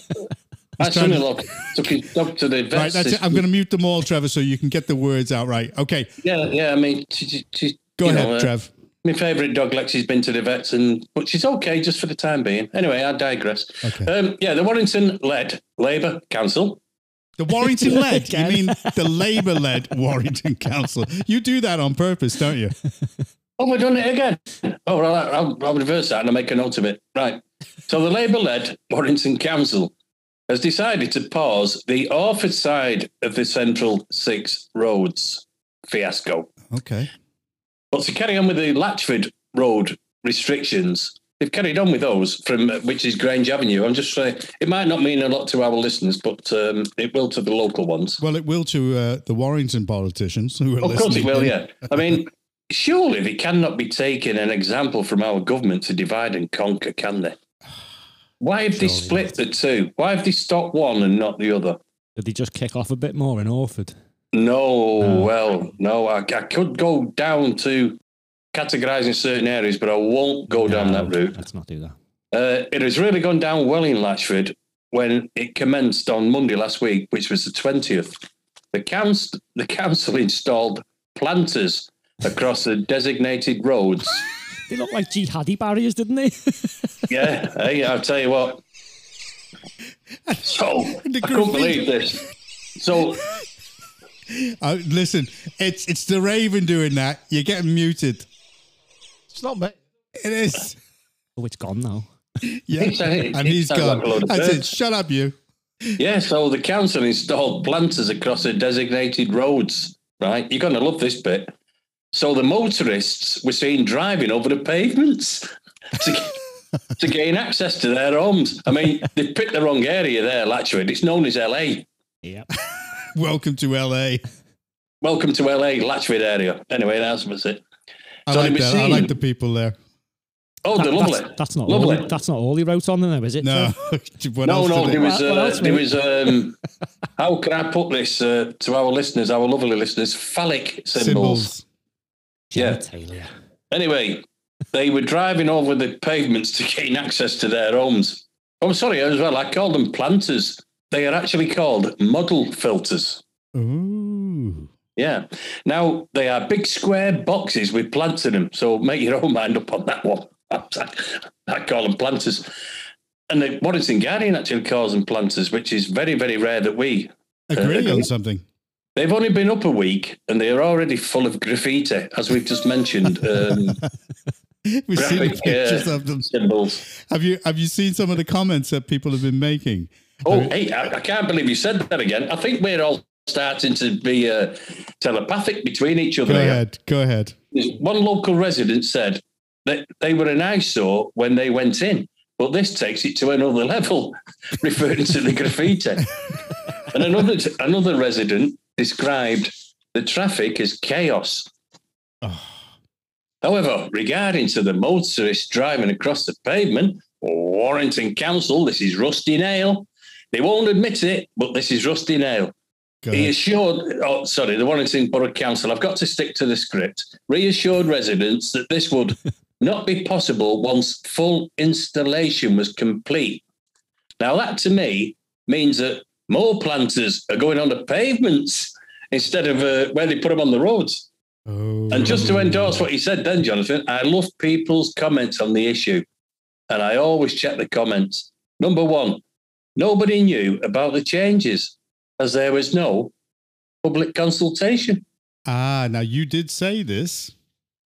Speaker 3: Uh, my
Speaker 1: trying to-
Speaker 3: son-in-law took his dog to the
Speaker 1: Right,
Speaker 3: vet.
Speaker 1: that's it. I'm going to mute them all, Trevor, so you can get the words out right. Okay,
Speaker 3: Yeah, yeah. I mean, she, she, she,
Speaker 1: go
Speaker 3: you
Speaker 1: ahead,
Speaker 3: know, uh,
Speaker 1: Trev.
Speaker 3: My favourite dog, Lexi's been to the vets, and but she's okay just for the time being. Anyway, I digress.
Speaker 1: Okay.
Speaker 3: Um, yeah, the Warrington led Labour Council
Speaker 1: The Warrington led. you
Speaker 2: Again.
Speaker 1: mean the Labour led Warrington Council? You do that on purpose, don't you?
Speaker 3: Oh, we're doing it again. Oh, well, I'll, I'll reverse that and I'll make a note of it. Right. So the Labour led Warrington Council has decided to pause the Orford side of the Central Six Roads fiasco.
Speaker 1: Okay.
Speaker 3: But to carry on with the Latchford Road restrictions, they've carried on with those from uh, which is Grange Avenue. I'm just saying it might not mean a lot to our listeners, but um, it will to the local ones.
Speaker 1: Well, it will to uh, the Warrington politicians who are
Speaker 3: Of course
Speaker 1: listening.
Speaker 3: it will, yeah. I mean, surely they cannot be taking an example from our government to divide and conquer, can they? Why have they
Speaker 2: Surely
Speaker 3: split the two? Why have they stopped one and not the other?
Speaker 2: Did they just kick off a bit more in Orford?
Speaker 3: No,
Speaker 2: No.
Speaker 3: well, no, I, I could go down to categorizing certain areas, but I won't go down
Speaker 2: No,
Speaker 3: that route.
Speaker 2: Let's not do that.
Speaker 3: Uh, it has really gone down well in Lashford when it commenced on Monday last week, which was the 20th. The council, the council installed planters across the designated roads.
Speaker 2: They looked like jihadi barriers, didn't they?
Speaker 3: Yeah, hey, I'll tell you what. So, I couldn't believe this. So,
Speaker 1: Uh, listen, it's it's the Raven doing that. You're getting muted.
Speaker 4: It's not me.
Speaker 1: It is.
Speaker 2: oh, it's gone now.
Speaker 1: Yeah.
Speaker 3: It's a-
Speaker 1: and
Speaker 3: it
Speaker 1: he's
Speaker 3: sounds
Speaker 1: gone.
Speaker 3: like a load of
Speaker 1: That's it.
Speaker 3: birds.
Speaker 1: Shut up, you.
Speaker 3: yeah, so the council installed planters across the designated roads, right? You're going to love this bit. So, the motorists were seen driving over the pavements to, to gain access to their homes. I mean, they picked the wrong area there, Latchford. It's known as LA.
Speaker 2: Yep.
Speaker 1: Welcome to LA.
Speaker 3: Welcome to LA, Latchford area. Anyway, that's what's it.
Speaker 1: I
Speaker 3: So
Speaker 1: like
Speaker 3: they'll be
Speaker 1: that. I
Speaker 3: seen.
Speaker 1: like the people there.
Speaker 3: Oh,
Speaker 2: That-
Speaker 3: they're lovely.
Speaker 2: That's, that's not
Speaker 3: Lovely.
Speaker 2: All, that's not all he wrote on there, is it?
Speaker 1: No.
Speaker 2: Trev?
Speaker 1: what
Speaker 3: no,
Speaker 1: else
Speaker 3: no,
Speaker 1: did they-
Speaker 3: there was,
Speaker 2: What- what
Speaker 3: uh,
Speaker 2: else,
Speaker 3: there was.
Speaker 2: mate?
Speaker 3: Um, how can I put this uh, to our listeners, our lovely listeners? Phallic
Speaker 1: symbols.
Speaker 3: symbols. Yeah.
Speaker 2: Genitalia.
Speaker 3: Anyway, they were driving over the pavements to gain access to their homes. Oh, sorry, as well. I called them planters. They are actually called model filters.
Speaker 1: Ooh.
Speaker 3: Yeah. Now they are big square boxes with plants in them. So make your own mind up on that one. I call them planters. And the Warrington Guardian actually calls them planters, which is very, very rare that we
Speaker 1: Agree
Speaker 3: Uh,
Speaker 1: on something.
Speaker 3: They've only been up a week and they are already full of graffiti, as we've just mentioned. Um,
Speaker 1: We've seen the
Speaker 3: graphic, uh,
Speaker 1: pictures of them.
Speaker 3: symbols.
Speaker 1: Have you have you seen some of the comments that people have been making?
Speaker 3: Oh, hey, I, I can't believe you said that again. I think we're all starting to be uh, telepathic between each other.
Speaker 1: Go ahead. Go ahead.
Speaker 3: One local resident said that they were an eyesore when they went in, but this takes it to another level, referring to the graffiti. and another another resident described the traffic as chaos.
Speaker 1: Oh.
Speaker 3: However, regarding to the motorist driving across the pavement, warranting council, this is Rusty Nail. They won't admit it, but this is Rusty Nail.
Speaker 1: Go
Speaker 3: He
Speaker 1: ahead.
Speaker 3: assured, oh, sorry, the Warrington Borough Council, I've got to stick to the script, reassured residents that this would not be possible once full installation was complete. Now, that to me means that more planters are going on the pavements instead of uh, where they put them on the roads.
Speaker 1: Oh.
Speaker 3: And just to endorse what you said then, Jonathan, I love people's comments on the issue. And I always check the comments. Number one, nobody knew about the changes as there was no public consultation.
Speaker 1: Ah, now you did say this.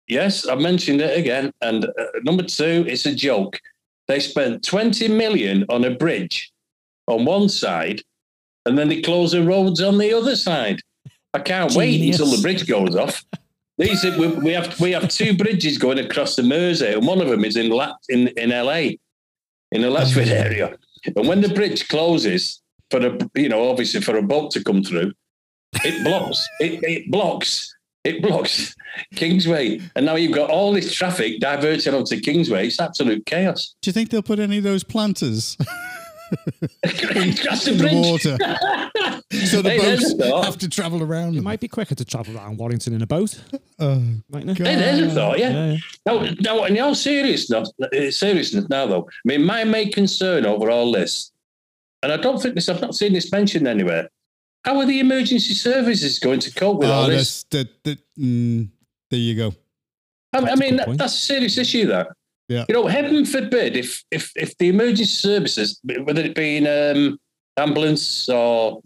Speaker 3: Yes, I mentioned it again. And uh, number two, it's a joke. They spent 20 million on a bridge on one side and then they close the roads on the other side. I can't wait
Speaker 2: Genius.
Speaker 3: until the bridge goes off. These are, we, we have we have two bridges going across the Mersey, and one of them is in La, in, in LA, in the Latchford area. And when the bridge closes for a you know obviously for a boat to come through, it blocks it, it blocks it blocks Kingsway, and now you've got all this traffic diverting onto Kingsway. It's absolute chaos.
Speaker 1: Do you think they'll put any of those planters
Speaker 3: Across the
Speaker 1: in the
Speaker 3: bridge.
Speaker 1: water so the
Speaker 3: Hey, there's a
Speaker 1: boats
Speaker 3: thought.
Speaker 1: have to travel around?
Speaker 2: It
Speaker 1: them?
Speaker 2: might be quicker to travel around Warrington in a boat,
Speaker 1: Oh,
Speaker 2: mightn't it?
Speaker 1: God.
Speaker 3: Hey, there's a thought, yeah.
Speaker 2: Yeah.
Speaker 3: No, no, in all seriousness, uh, seriousness now, though, I mean, my main concern over all this, and I don't think this, I've not seen this mentioned anywhere. How are the emergency services going to cope with
Speaker 1: Ah,
Speaker 3: all this?
Speaker 1: that's- that- that- mm, there you go.
Speaker 3: I, I
Speaker 2: that's a
Speaker 3: mean,
Speaker 2: good
Speaker 3: that,
Speaker 2: point.
Speaker 3: that's a serious issue, that.
Speaker 1: Yeah.
Speaker 3: You know, heaven forbid if if if the emergency services, whether it be in um, ambulance or,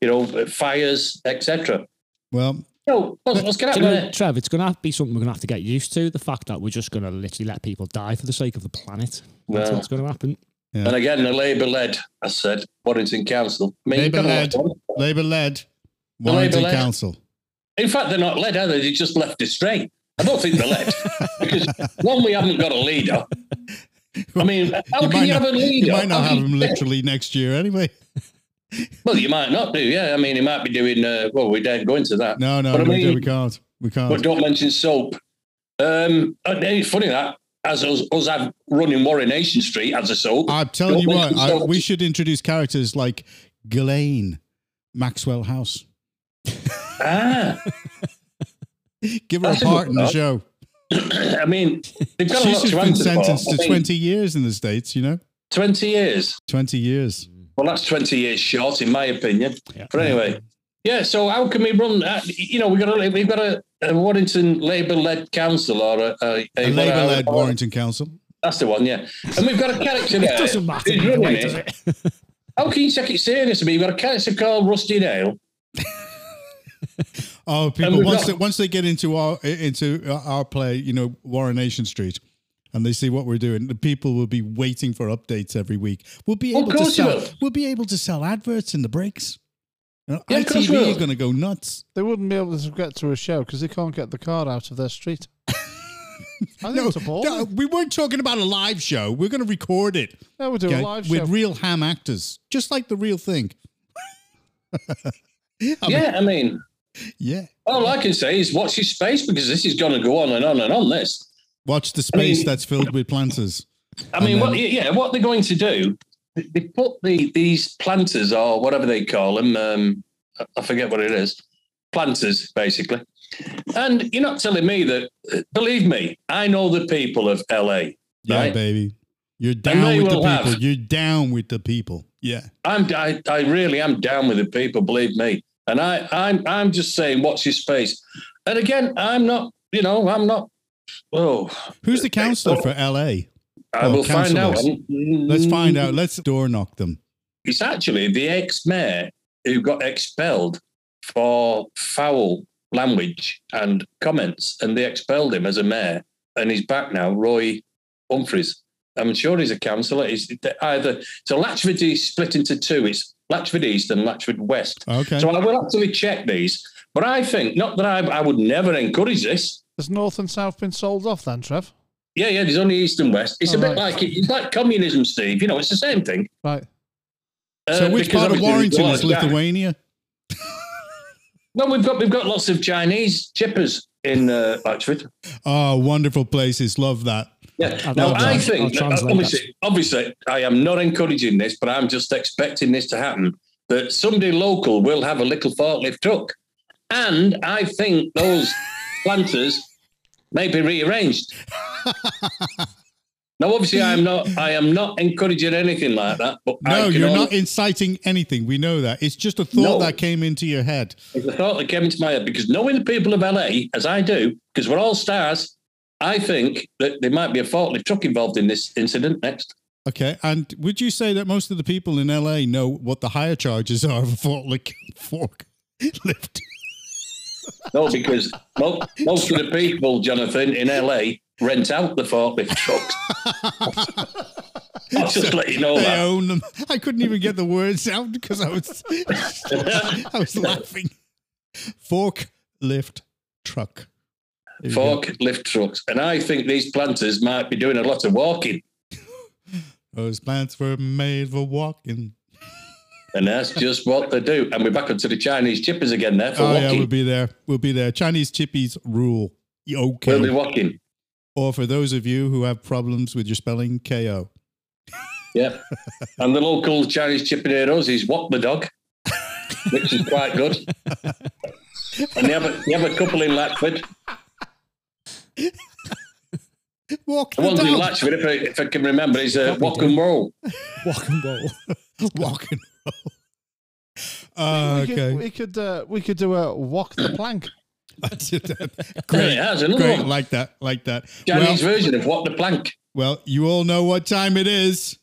Speaker 3: you know, fires, etc.
Speaker 1: Well,
Speaker 3: You know, let's, let's get out
Speaker 2: Do
Speaker 3: of
Speaker 2: you know,
Speaker 3: there.
Speaker 2: Trev, it's going to be something we're going to have to get used to. The fact that we're just going to literally let people die for the sake of the planet. That's
Speaker 3: Well.
Speaker 2: what's going to happen.
Speaker 3: And again, the Labour-led, I said, Warrington Council. I mean, you've got to
Speaker 1: Labour-led.
Speaker 3: love them.
Speaker 1: Labour led,
Speaker 3: The
Speaker 1: Warranty
Speaker 3: Labour-led.
Speaker 1: Council.
Speaker 3: In fact, they're not led, are they? They just left it straight. I don't think they're led because one, we haven't got a leader. I mean, how
Speaker 1: You
Speaker 3: can
Speaker 1: might
Speaker 3: you
Speaker 1: not-
Speaker 3: have a leader?
Speaker 1: You might not
Speaker 3: How
Speaker 1: have
Speaker 3: can
Speaker 1: them
Speaker 3: you-
Speaker 1: literally next year anyway.
Speaker 3: Well, you might not do. Yeah, I mean, he might be doing. Uh, well, we don't go into that.
Speaker 1: No, no,
Speaker 3: But I
Speaker 1: no, we
Speaker 3: mean-
Speaker 1: we can't. We
Speaker 3: But
Speaker 1: can't.
Speaker 3: don't mention soap. Um, and it's funny that as us, us have running Warren Nation Street as a soap.
Speaker 1: I'm telling you
Speaker 3: don't
Speaker 1: what,
Speaker 3: mention
Speaker 1: I,
Speaker 3: soap.
Speaker 1: we should introduce characters like Ghislaine, Maxwell House.
Speaker 3: ah,
Speaker 1: Give her a
Speaker 3: That's a
Speaker 1: part in
Speaker 3: good
Speaker 1: the
Speaker 3: thought.
Speaker 1: show.
Speaker 3: I mean, they've got a lot
Speaker 1: She's
Speaker 3: to
Speaker 1: been
Speaker 3: answer
Speaker 1: sentenced
Speaker 3: for. I
Speaker 1: to
Speaker 3: mean,
Speaker 1: 20 years in the States, you know?
Speaker 3: 20 years.
Speaker 1: 20 years.
Speaker 3: Well, that's 20 years short, in my opinion.
Speaker 2: Yeah.
Speaker 3: But anyway, yeah, so how can we run that? You know, we've got a, we've got a, a Warrington Labour led council or a, a,
Speaker 1: A
Speaker 3: what-
Speaker 1: Labour led
Speaker 3: or-
Speaker 1: Warrington Council.
Speaker 3: That's the one, yeah. And we've got a character there.
Speaker 2: It doesn't matter.
Speaker 3: who's
Speaker 2: either
Speaker 3: running
Speaker 2: way,
Speaker 3: it.
Speaker 2: does it?
Speaker 3: How can you take it serious? I mean, you've got a character called Rusty Nail.
Speaker 1: Oh, people!
Speaker 3: we've
Speaker 1: Once
Speaker 3: got-
Speaker 1: they, once they get into our into uh, our play, you know, Warrenation Street, and they see what we're doing, the people will be waiting for updates every week. We'll be
Speaker 3: Of
Speaker 1: able to
Speaker 3: course you
Speaker 1: sell.
Speaker 3: will.
Speaker 1: We'll be able to sell adverts in the breaks. You know,
Speaker 3: Yeah, of course we
Speaker 1: ITV is
Speaker 3: will.
Speaker 1: going to go nuts.
Speaker 4: They wouldn't be able to get to a show because they can't get the car out of their street. I think
Speaker 1: No,
Speaker 4: it's a ball.
Speaker 1: no, we weren't talking about a live show. We're going to record it
Speaker 4: They would do
Speaker 1: okay,
Speaker 4: a live
Speaker 1: with
Speaker 4: show.
Speaker 1: real ham actors, just like the real thing. I mean,
Speaker 3: yeah, I mean,
Speaker 1: yeah.
Speaker 3: all I can say is watch your space because this is going to go on and on and on. This.
Speaker 1: Watch the space
Speaker 3: mean-
Speaker 1: that's filled with planters.
Speaker 3: I mean,
Speaker 1: And
Speaker 3: what, yeah, what they're going to do, they- they put the these planters or whatever they call them, um, I- I forget what it is, planters basically. And you're not telling me that. Believe me, I know the people of LA.
Speaker 1: Yeah,
Speaker 3: Right.
Speaker 1: baby. You're
Speaker 3: they
Speaker 1: down with the
Speaker 3: will
Speaker 1: people.
Speaker 3: have-
Speaker 1: You're down with the people. Yeah.
Speaker 3: I'm, I, I really am down with the people. Believe me. And I, I'm, I'm just saying, watch your space. And again, I'm not. You know, I'm not. Oh,
Speaker 1: Who's the counselor for LA?
Speaker 3: I
Speaker 1: Oh,
Speaker 3: will find out.
Speaker 1: councillors. Let's find out. Let's door knock them.
Speaker 3: It's actually the ex mayor who got expelled for foul language and comments, and they expelled him as a mayor. And he's back now, Roy Humphries. I'm sure he's a councillor. He's either so Latchford is split into two. It's Latchford East and Latchford West.
Speaker 1: Okay.
Speaker 3: So I will actually check these. But I think not that I, I would never encourage this.
Speaker 4: Has North and South been sold off then, Trev?
Speaker 3: Yeah, yeah. There's only East and West. It's a
Speaker 4: All
Speaker 3: bit
Speaker 4: right.
Speaker 3: like it's like communism, Steve. You know, it's the same thing.
Speaker 4: Right.
Speaker 1: so
Speaker 3: Uh,
Speaker 1: which
Speaker 3: because
Speaker 1: part of
Speaker 3: obviously there's a
Speaker 1: Warrington
Speaker 3: lot
Speaker 1: is
Speaker 3: of that.
Speaker 1: Lithuania?
Speaker 3: No, we've got we've got lots of Chinese chippers in uh, Oxford.
Speaker 1: Oh, wonderful places. Love that.
Speaker 3: Yeah.
Speaker 2: I'll-
Speaker 3: now,
Speaker 2: I'll
Speaker 3: I
Speaker 2: trans- I'll
Speaker 3: think, uh,
Speaker 2: translate
Speaker 3: obviously, obviously, I am not encouraging this, but I'm just expecting this to happen that somebody local will have a little forklift truck. And I think those planters may be rearranged. now, obviously, I'm not. I am not encouraging anything like that. But I
Speaker 1: No,
Speaker 3: can
Speaker 1: you're
Speaker 3: only-
Speaker 1: not inciting anything. We know that. It's just a thought
Speaker 3: No.
Speaker 1: that came into your head.
Speaker 3: It's a thought that came into my head because knowing the people of LA, as I do, because we're all stars, I think that there might be a forklift truck involved in this incident next.
Speaker 1: Okay. And would you say that most of the people in LA know what the higher charges are of a forklift? Fork lift.
Speaker 3: No, because mo- most of the people, Jonathan, in LA rent out the forklift trucks. I'll just let you know
Speaker 1: They
Speaker 3: that.
Speaker 1: own them. I couldn't even get the words out because I was I was laughing. Fork lift truck. There you go.
Speaker 3: Forklift trucks. And I think these planters might be doing a lot of walking.
Speaker 1: Those plants were made for walking.
Speaker 3: And that's just what they do. And we're back onto the Chinese chippers again there for
Speaker 1: oh yeah,
Speaker 3: walking.
Speaker 1: we'll be there. We'll be there. Chinese chippies rule. Okay.
Speaker 3: We'll be walking.
Speaker 1: or for those of you who have problems with your spelling, KO.
Speaker 3: Yeah. And the local Chinese chippineros is Walk the Dog, which is quite good. And they have a, they have a couple in Latchford.
Speaker 1: Walk
Speaker 3: The
Speaker 1: the
Speaker 3: one in
Speaker 1: dog.
Speaker 3: Latchford, if I, if I can remember, is uh, Walk and Roll.
Speaker 2: Walk and roll.
Speaker 1: Walk and roll.
Speaker 4: we
Speaker 1: Ah,
Speaker 4: could
Speaker 1: okay.
Speaker 4: we could, uh, we could do a walk the plank.
Speaker 1: great,
Speaker 3: Yeah, there's another
Speaker 1: great.
Speaker 3: one.
Speaker 1: Like that, like that.
Speaker 3: Chinese
Speaker 1: Well,
Speaker 3: version of Walk the Plank.
Speaker 1: well, you all know what time it is.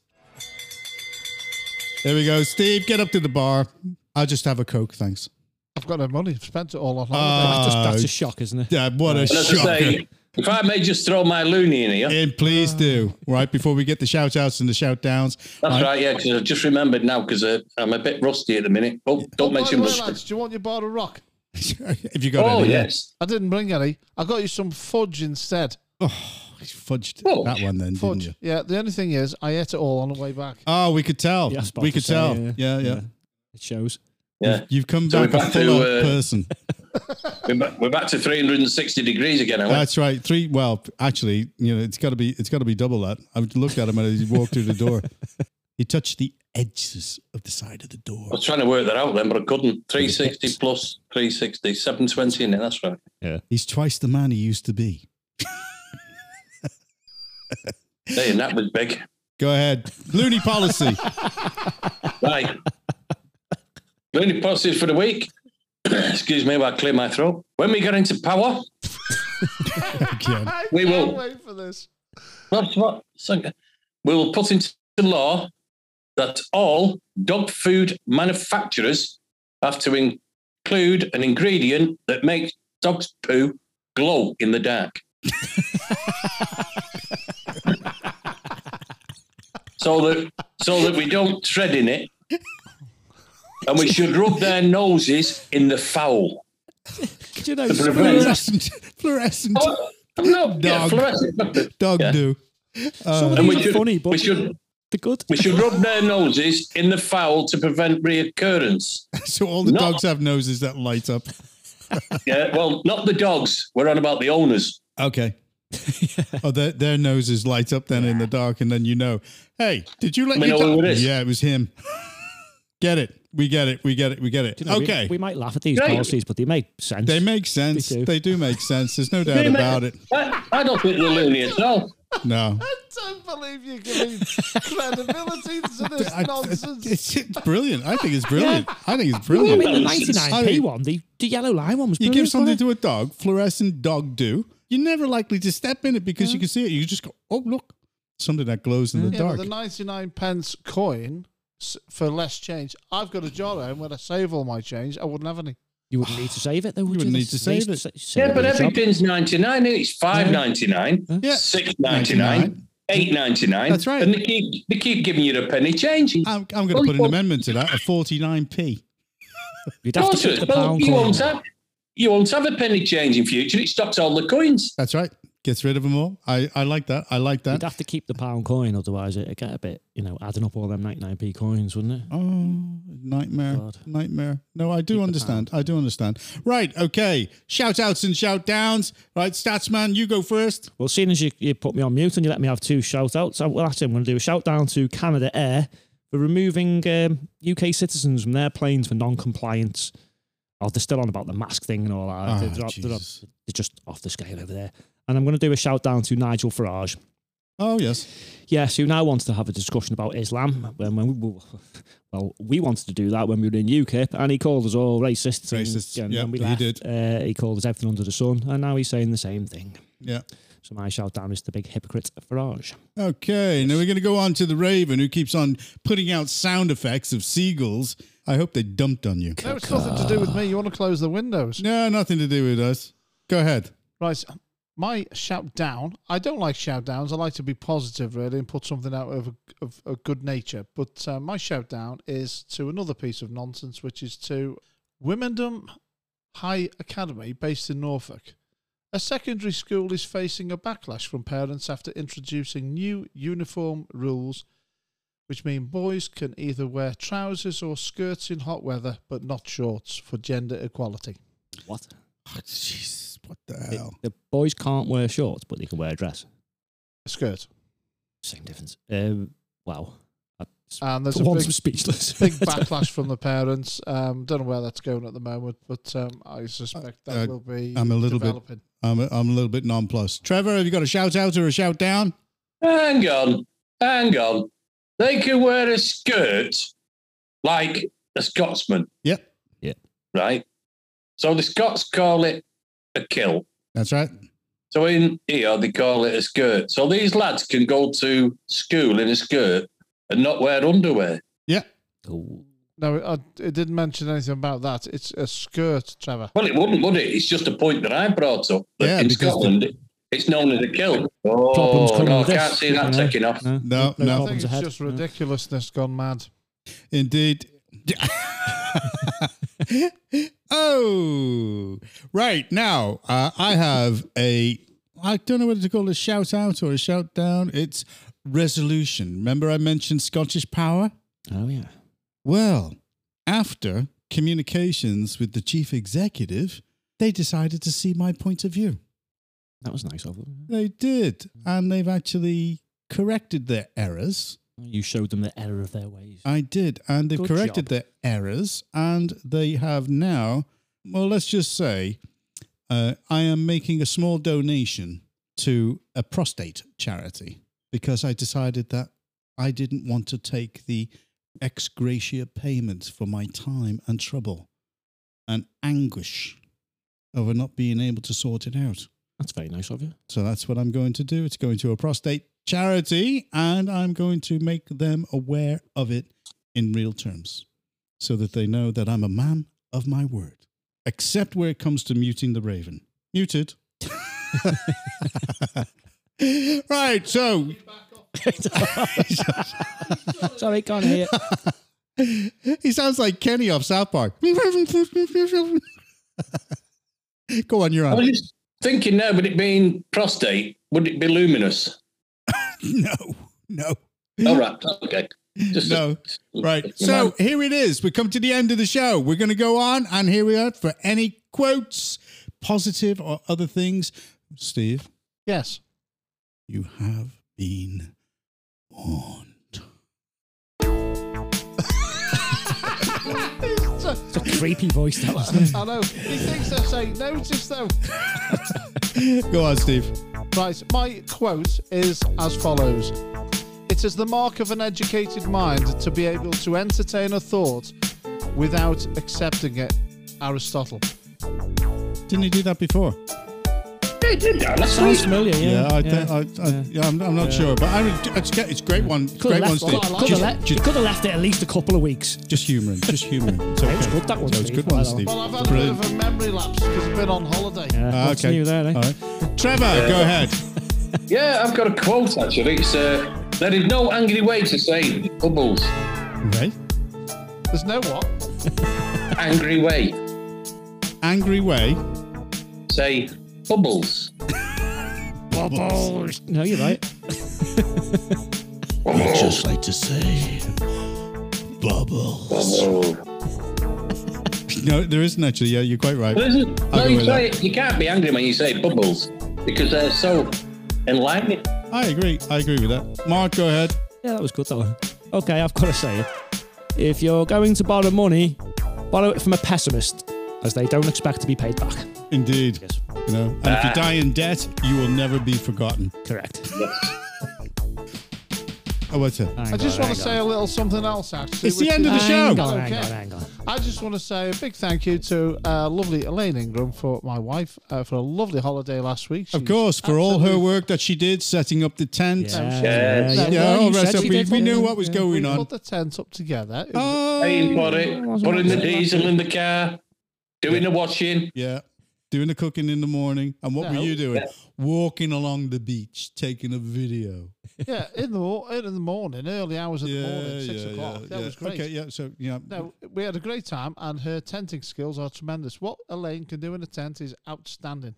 Speaker 1: There we go. Steve, get up to the bar. I'll just have a Coke, thanks.
Speaker 4: I've got no money. I've spent it all on holiday.
Speaker 2: Oh, that's, just,
Speaker 1: Ah,
Speaker 2: that's a shock, isn't it?
Speaker 1: yeah, what a
Speaker 3: And as I
Speaker 1: shocker.
Speaker 3: say, if I may just throw my loony in here,
Speaker 1: And please do, right before we get the shout outs and the shout downs.
Speaker 3: that's
Speaker 1: right.
Speaker 3: right, yeah, because I've just remembered now because uh, I'm a bit rusty at the minute. Oh,
Speaker 4: Oh,
Speaker 3: don't
Speaker 4: by
Speaker 3: mention
Speaker 4: the way,
Speaker 3: rusty.
Speaker 4: lads, do you want your bar of rock?
Speaker 1: if you got
Speaker 3: Oh,
Speaker 1: any,
Speaker 3: yes.
Speaker 4: I didn't bring any. I got you some fudge instead.
Speaker 1: You fudged
Speaker 3: Oh,
Speaker 1: that one then, didn't
Speaker 4: Fudge.
Speaker 1: you?
Speaker 4: Yeah. The only thing is, I ate it all on the way back.
Speaker 1: Oh, we could tell.
Speaker 2: Yeah, I was about
Speaker 1: we
Speaker 2: to
Speaker 1: could
Speaker 2: say,
Speaker 1: tell.
Speaker 2: yeah,
Speaker 1: Yeah, yeah.
Speaker 2: It shows.
Speaker 3: Yeah.
Speaker 1: You've come
Speaker 3: So we're
Speaker 1: back a
Speaker 3: back to,
Speaker 1: full
Speaker 3: uh,
Speaker 1: person.
Speaker 3: We're back, we're back to 360 degrees again, aren't we?
Speaker 1: That's right. Three. Well, actually, you know, it's got to be. It's got to be double that. I looked at him as he walked through the door. he touched the edges of the side of the door.
Speaker 3: I was trying to work that out then, but I couldn't. 360 plus 360, 720 in it. That's right.
Speaker 1: He's twice the man he used to be.
Speaker 3: Hey, and that was big.
Speaker 1: Go ahead, loony policy.
Speaker 3: Right. Loony policies for the week. Excuse me while I clear my throat. When we get into power,
Speaker 1: Again.
Speaker 4: I
Speaker 3: We
Speaker 4: can't
Speaker 3: will.
Speaker 4: wait for this.
Speaker 3: that's what so- we will put into law that all dog food manufacturers have to include an ingredient that makes dog's poo glow in the dark. so that so that we don't tread in it. And we should rub their noses in the foul.
Speaker 2: Do you know,
Speaker 3: The prevent-
Speaker 1: fluorescent, fluorescent
Speaker 3: No, yeah,
Speaker 1: Dog.
Speaker 3: fluorescent.
Speaker 1: dog
Speaker 3: Oh, Yeah.
Speaker 1: do.
Speaker 2: some of
Speaker 3: And we
Speaker 2: these are
Speaker 3: should-
Speaker 2: funny, but
Speaker 3: we should-
Speaker 2: they're good.
Speaker 3: We should rub their noses in the foul to prevent reoccurrence.
Speaker 1: So all the
Speaker 3: No.
Speaker 1: dogs have noses that light up.
Speaker 3: Yeah, well, not the dogs. We're on about the owners.
Speaker 1: Okay. oh, their, their noses light up then in the dark, and then you know, hey, did you let
Speaker 3: We
Speaker 1: your
Speaker 3: know
Speaker 1: dog-"
Speaker 3: who it is.
Speaker 1: Yeah, it was him. get it. We get it. We get it. We get it.
Speaker 2: Do you know, we-
Speaker 1: okay.
Speaker 2: We, might laugh at these
Speaker 3: Right.
Speaker 2: policies, but they make sense.
Speaker 1: they make sense.
Speaker 2: We do.
Speaker 1: They do make sense. There's no doubt
Speaker 3: They make-
Speaker 1: about it.
Speaker 3: I, I don't think they're loony at all.
Speaker 1: No.
Speaker 4: I don't believe you're giving credibility to this
Speaker 1: I-
Speaker 4: nonsense.
Speaker 1: it's, it's brilliant. I think it's brilliant. I think it's
Speaker 2: Oh, I
Speaker 1: brilliant.
Speaker 2: mean, the
Speaker 3: Nonsense.
Speaker 2: 99p one, the, the yellow line one was
Speaker 1: You give
Speaker 2: brilliant,
Speaker 1: something
Speaker 2: wasn't
Speaker 1: to a dog, fluorescent dog do, you're never likely to step in it because you can see it. You just go, oh, look, something that glows in the
Speaker 4: Yeah,
Speaker 1: dark.
Speaker 4: but the 99 pence coin s- for less change. I've got a jar there, and when I save all my change, I wouldn't have any.
Speaker 2: You wouldn't need to save it, though, would you?
Speaker 1: wouldn't need
Speaker 2: That's
Speaker 1: to save
Speaker 2: nice to sa-
Speaker 3: Yeah,
Speaker 2: save
Speaker 3: but
Speaker 2: it as a job.
Speaker 3: everything's 99. It's 5.99,
Speaker 1: Yeah.
Speaker 3: 6.99, 8.99.
Speaker 1: That's right.
Speaker 3: And they keep, they keep giving you the penny change. Of
Speaker 1: I'm, I'm going to put an amendment to that, a 49p.
Speaker 2: You'd have to
Speaker 3: course,
Speaker 2: put
Speaker 3: it-
Speaker 2: the
Speaker 3: well,
Speaker 2: pound
Speaker 3: you
Speaker 2: coin.
Speaker 3: won't have you won't have a penny change in future. It stops all the coins.
Speaker 1: That's right. Gets rid of them all. I, I like that. I like
Speaker 2: You'd
Speaker 1: that.
Speaker 2: have to keep the pound coin, otherwise it'd get a bit, you know, adding up all them 99p coins, wouldn't it?
Speaker 1: Oh, nightmare.
Speaker 2: God.
Speaker 1: Nightmare. No, I
Speaker 2: Keep
Speaker 1: do
Speaker 2: the
Speaker 1: understand. I do understand. Right. Okay. Shout outs and shout downs. Right. Statsman, you go first.
Speaker 2: Well, seeing as you, you put me on mute and you let me have two shout outs, I, well, actually, I'm going to do a shout down to Canada Air for removing um, UK citizens from their planes for non compliance. Oh, they're still on about the mask thing and all that.
Speaker 1: Ah,
Speaker 2: They're- they're, they're-
Speaker 1: Jesus.
Speaker 2: they're just off the scale over there. And I'm going to do a shout down to Nigel Farage.
Speaker 1: Oh, yes.
Speaker 2: Yes, who now wants to have a discussion about Islam? When, when we, well, we wanted to do that when we were in UKIP, and he called us all racists. and-
Speaker 1: Racists,
Speaker 2: and
Speaker 1: yeah,
Speaker 2: when we
Speaker 1: he
Speaker 2: left,
Speaker 1: did.
Speaker 2: Uh, he called us everything under the sun, and now he's saying the same thing.
Speaker 1: Yeah.
Speaker 2: So my shout down is the big hypocrite Farage.
Speaker 1: Okay. Now we're going to go on to the Raven, who keeps on putting out sound effects of seagulls. I hope they dumped on you.
Speaker 4: No, it's nothing to do with me. You want to close the windows.
Speaker 1: No, nothing to do with us. Go ahead.
Speaker 4: Right. My shout down. I don't like shout downs. I like to be positive, really, and put something out of, of, of good nature. But uh, my shout down is to another piece of nonsense, which is to Wimendham High Academy, based in Norfolk. A secondary school is facing a backlash from parents after introducing new uniform rules, which mean boys can either wear trousers or skirts in hot weather, but not shorts for gender equality.
Speaker 2: What? Ah,
Speaker 1: Jesus, what the hell?
Speaker 2: the boys can't wear shorts, but they can wear a dress.
Speaker 4: A skirt.
Speaker 2: Same difference. Um, wow. That's-
Speaker 4: And there's
Speaker 2: For
Speaker 4: Uh, a
Speaker 2: once,
Speaker 4: big
Speaker 2: I'm speechless.
Speaker 4: big backlash from the parents. Um, don't know where that's going at the moment, but um, I suspect that
Speaker 1: Uh,
Speaker 4: will be.
Speaker 1: I'm a little bit-
Speaker 4: developing.
Speaker 1: I'm a, I'm a little bit nonplussed. Trevor, have you got a shout out or a shout down?
Speaker 3: Hang on, hang on. They can wear a skirt like a Scotsman,
Speaker 1: Yep,
Speaker 3: right? So the Scots call it a kilt.
Speaker 1: that's right.
Speaker 3: So in here they call it a skirt. So these lads can go to school in a skirt and not wear underwear.
Speaker 2: Oh,
Speaker 4: No, I, it didn't mention anything about that. It's a skirt,
Speaker 1: Oh,
Speaker 4: Trevor.
Speaker 3: Well, it wouldn't, would it? It's just a point that I brought up. But
Speaker 1: Yeah,
Speaker 3: in
Speaker 1: because the-
Speaker 3: Scotland, it's known as a kilt. Oh,
Speaker 2: problems coming
Speaker 3: no, I
Speaker 2: with this.
Speaker 3: can't see that
Speaker 2: No,
Speaker 3: taking off.
Speaker 2: No,
Speaker 1: No, no.
Speaker 4: I think
Speaker 2: problems
Speaker 4: it's
Speaker 2: ahead.
Speaker 4: just
Speaker 2: No.
Speaker 4: ridiculousness gone mad.
Speaker 1: Indeed. oh, right. Now, uh, I have a, I don't know whether to call it a shout out or a shout down. It's resolution. Remember, I mentioned Scottish power?
Speaker 2: Oh, yeah.
Speaker 1: Well, after communications with the chief executive, they decided to see my point of view.
Speaker 2: That was nice of them.
Speaker 1: They did. And they've actually corrected their errors.
Speaker 2: You showed them the error of their ways.
Speaker 1: I did, and they've
Speaker 2: Good
Speaker 1: corrected
Speaker 2: job.
Speaker 1: their errors, and they have now. Well, let's just say, uh, I am making a small donation to a prostate charity because I decided that I didn't want to take the ex gratia payment for my time and trouble and anguish over not being able to sort it out.
Speaker 2: That's very nice of you.
Speaker 1: So that's what I'm going to do. It's going to a prostate charity, and I'm going to make them aware of it in real terms so that they know that I'm a man of my word, except where it comes to muting the raven. Muted. right. So
Speaker 2: Sorry, can't hear.
Speaker 1: he sounds like Kenny off South Park. Go on, you're
Speaker 3: I
Speaker 1: on.
Speaker 3: was just thinking now, would it being prostate? Would it be luminous?
Speaker 1: No, no.
Speaker 3: All right, okay. Just
Speaker 1: No. Right. So here it is. We come to the end of the show. We're going to go on, and here we are for any quotes, positive or other things. Steve,
Speaker 4: Yes.
Speaker 1: you have been warned.
Speaker 2: It's a creepy voice that was.
Speaker 4: uh, I know. He thinks they're saying notice, though.
Speaker 1: Go on, Steve.
Speaker 4: Right, my quote is as follows It is the mark of an educated mind to be able to entertain a thought without accepting it. Aristotle.
Speaker 1: Didn't he do that before?
Speaker 3: Yeah, did that last
Speaker 2: Sounds
Speaker 3: week.
Speaker 2: familiar, yeah.
Speaker 1: I, I, I, yeah, I'm, I'm not sure, but I mean, it's, g- it's great one. It's
Speaker 2: Could
Speaker 1: great
Speaker 2: have,
Speaker 1: one, Steve.
Speaker 2: left,
Speaker 4: I like
Speaker 2: could, have
Speaker 1: Just,
Speaker 2: left,
Speaker 1: just,
Speaker 2: could have left it at least a couple of weeks.
Speaker 1: just humouring. Just humouring. It's
Speaker 2: was
Speaker 1: okay.
Speaker 2: good, that one,
Speaker 1: No, it's a
Speaker 2: Steve.
Speaker 1: good one,
Speaker 2: I like
Speaker 1: Steve.
Speaker 4: Well, I've had a
Speaker 1: Brilliant.
Speaker 4: bit of a memory lapse because I've been on holiday.
Speaker 2: Uh,
Speaker 1: Ah,
Speaker 2: what's new there, eh?
Speaker 1: All right. Trevor, go ahead.
Speaker 3: Yeah, I've got a quote actually. It's uh, there is no angry way to say bubbles.
Speaker 1: Okay.
Speaker 4: There's no what?
Speaker 3: Angry way,
Speaker 1: Angry way.
Speaker 3: say bubbles.
Speaker 2: Bubbles. No, you're right.
Speaker 1: I just like to say, bubbles.
Speaker 3: Oh.
Speaker 1: No, there isn't actually. Yeah, you're quite right.
Speaker 3: Well, isn't-
Speaker 1: I'll
Speaker 3: no,
Speaker 1: go
Speaker 3: you,
Speaker 1: with
Speaker 3: say, you can't be angry when you say bubbles because they're so enlightening.
Speaker 1: I agree. I agree with that. Mark, go ahead.
Speaker 2: Yeah, that was good, that one. Okay, I've got to say it. If you're going to borrow money, borrow it from a pessimist, as they don't expect to be paid back.
Speaker 1: Indeed.
Speaker 2: Yes, Uh,
Speaker 1: You know, and if you die in debt, you will never be forgotten.
Speaker 2: correct.
Speaker 1: Oh, what's that?
Speaker 4: I just want to say a little something else, actually.
Speaker 1: It's the
Speaker 4: which
Speaker 1: end of
Speaker 4: is-
Speaker 1: the show.
Speaker 2: Hang on, hang
Speaker 4: Okay.
Speaker 2: on, hang on.
Speaker 4: I just want to say a big thank you to uh, lovely Elaine Ingram for my wife uh, for a lovely holiday last week.
Speaker 1: Of
Speaker 4: She's-
Speaker 1: course, for all her
Speaker 4: absolutely-
Speaker 1: work that she did setting up the tent.
Speaker 2: Yeah,
Speaker 3: Yes.
Speaker 2: yeah,
Speaker 1: Yeah,
Speaker 2: yeah,
Speaker 1: all
Speaker 2: you
Speaker 1: right,
Speaker 2: said
Speaker 1: so
Speaker 2: she
Speaker 1: we,
Speaker 2: did
Speaker 1: we
Speaker 2: follow
Speaker 1: knew
Speaker 2: them,
Speaker 1: what was
Speaker 2: yeah.
Speaker 1: going
Speaker 4: we
Speaker 1: on.
Speaker 4: put the tent up together. It was-
Speaker 1: Oh,
Speaker 3: Paying for it, putting the diesel in the car, doing the washing.
Speaker 1: yeah. Doing the cooking in the morning. And what
Speaker 4: No.
Speaker 1: were you doing? Walking along the beach, taking a video.
Speaker 4: yeah, in the mo- in the morning, early hours of the morning, six o'clock. that
Speaker 1: yeah.
Speaker 4: was great.
Speaker 1: Okay, yeah. So, yeah.
Speaker 4: No, we had a great time, and her tenting skills are tremendous. What Elaine can do in a tent is outstanding.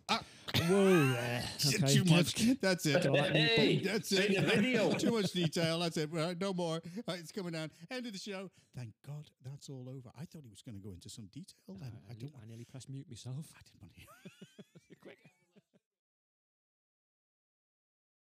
Speaker 2: Whoa, yeah. Okay,
Speaker 1: Too
Speaker 2: Kev.
Speaker 1: much. That's it.
Speaker 3: Hey,
Speaker 1: That's
Speaker 3: take
Speaker 1: it.
Speaker 3: the video.
Speaker 1: Too much detail. That's it. Right, no more. Right, it's coming down. End of the show. Thank God that's all over. I thought he was going to go into some detail. Then I don't.
Speaker 2: I nearly pressed mute myself.
Speaker 1: I didn't want to hear.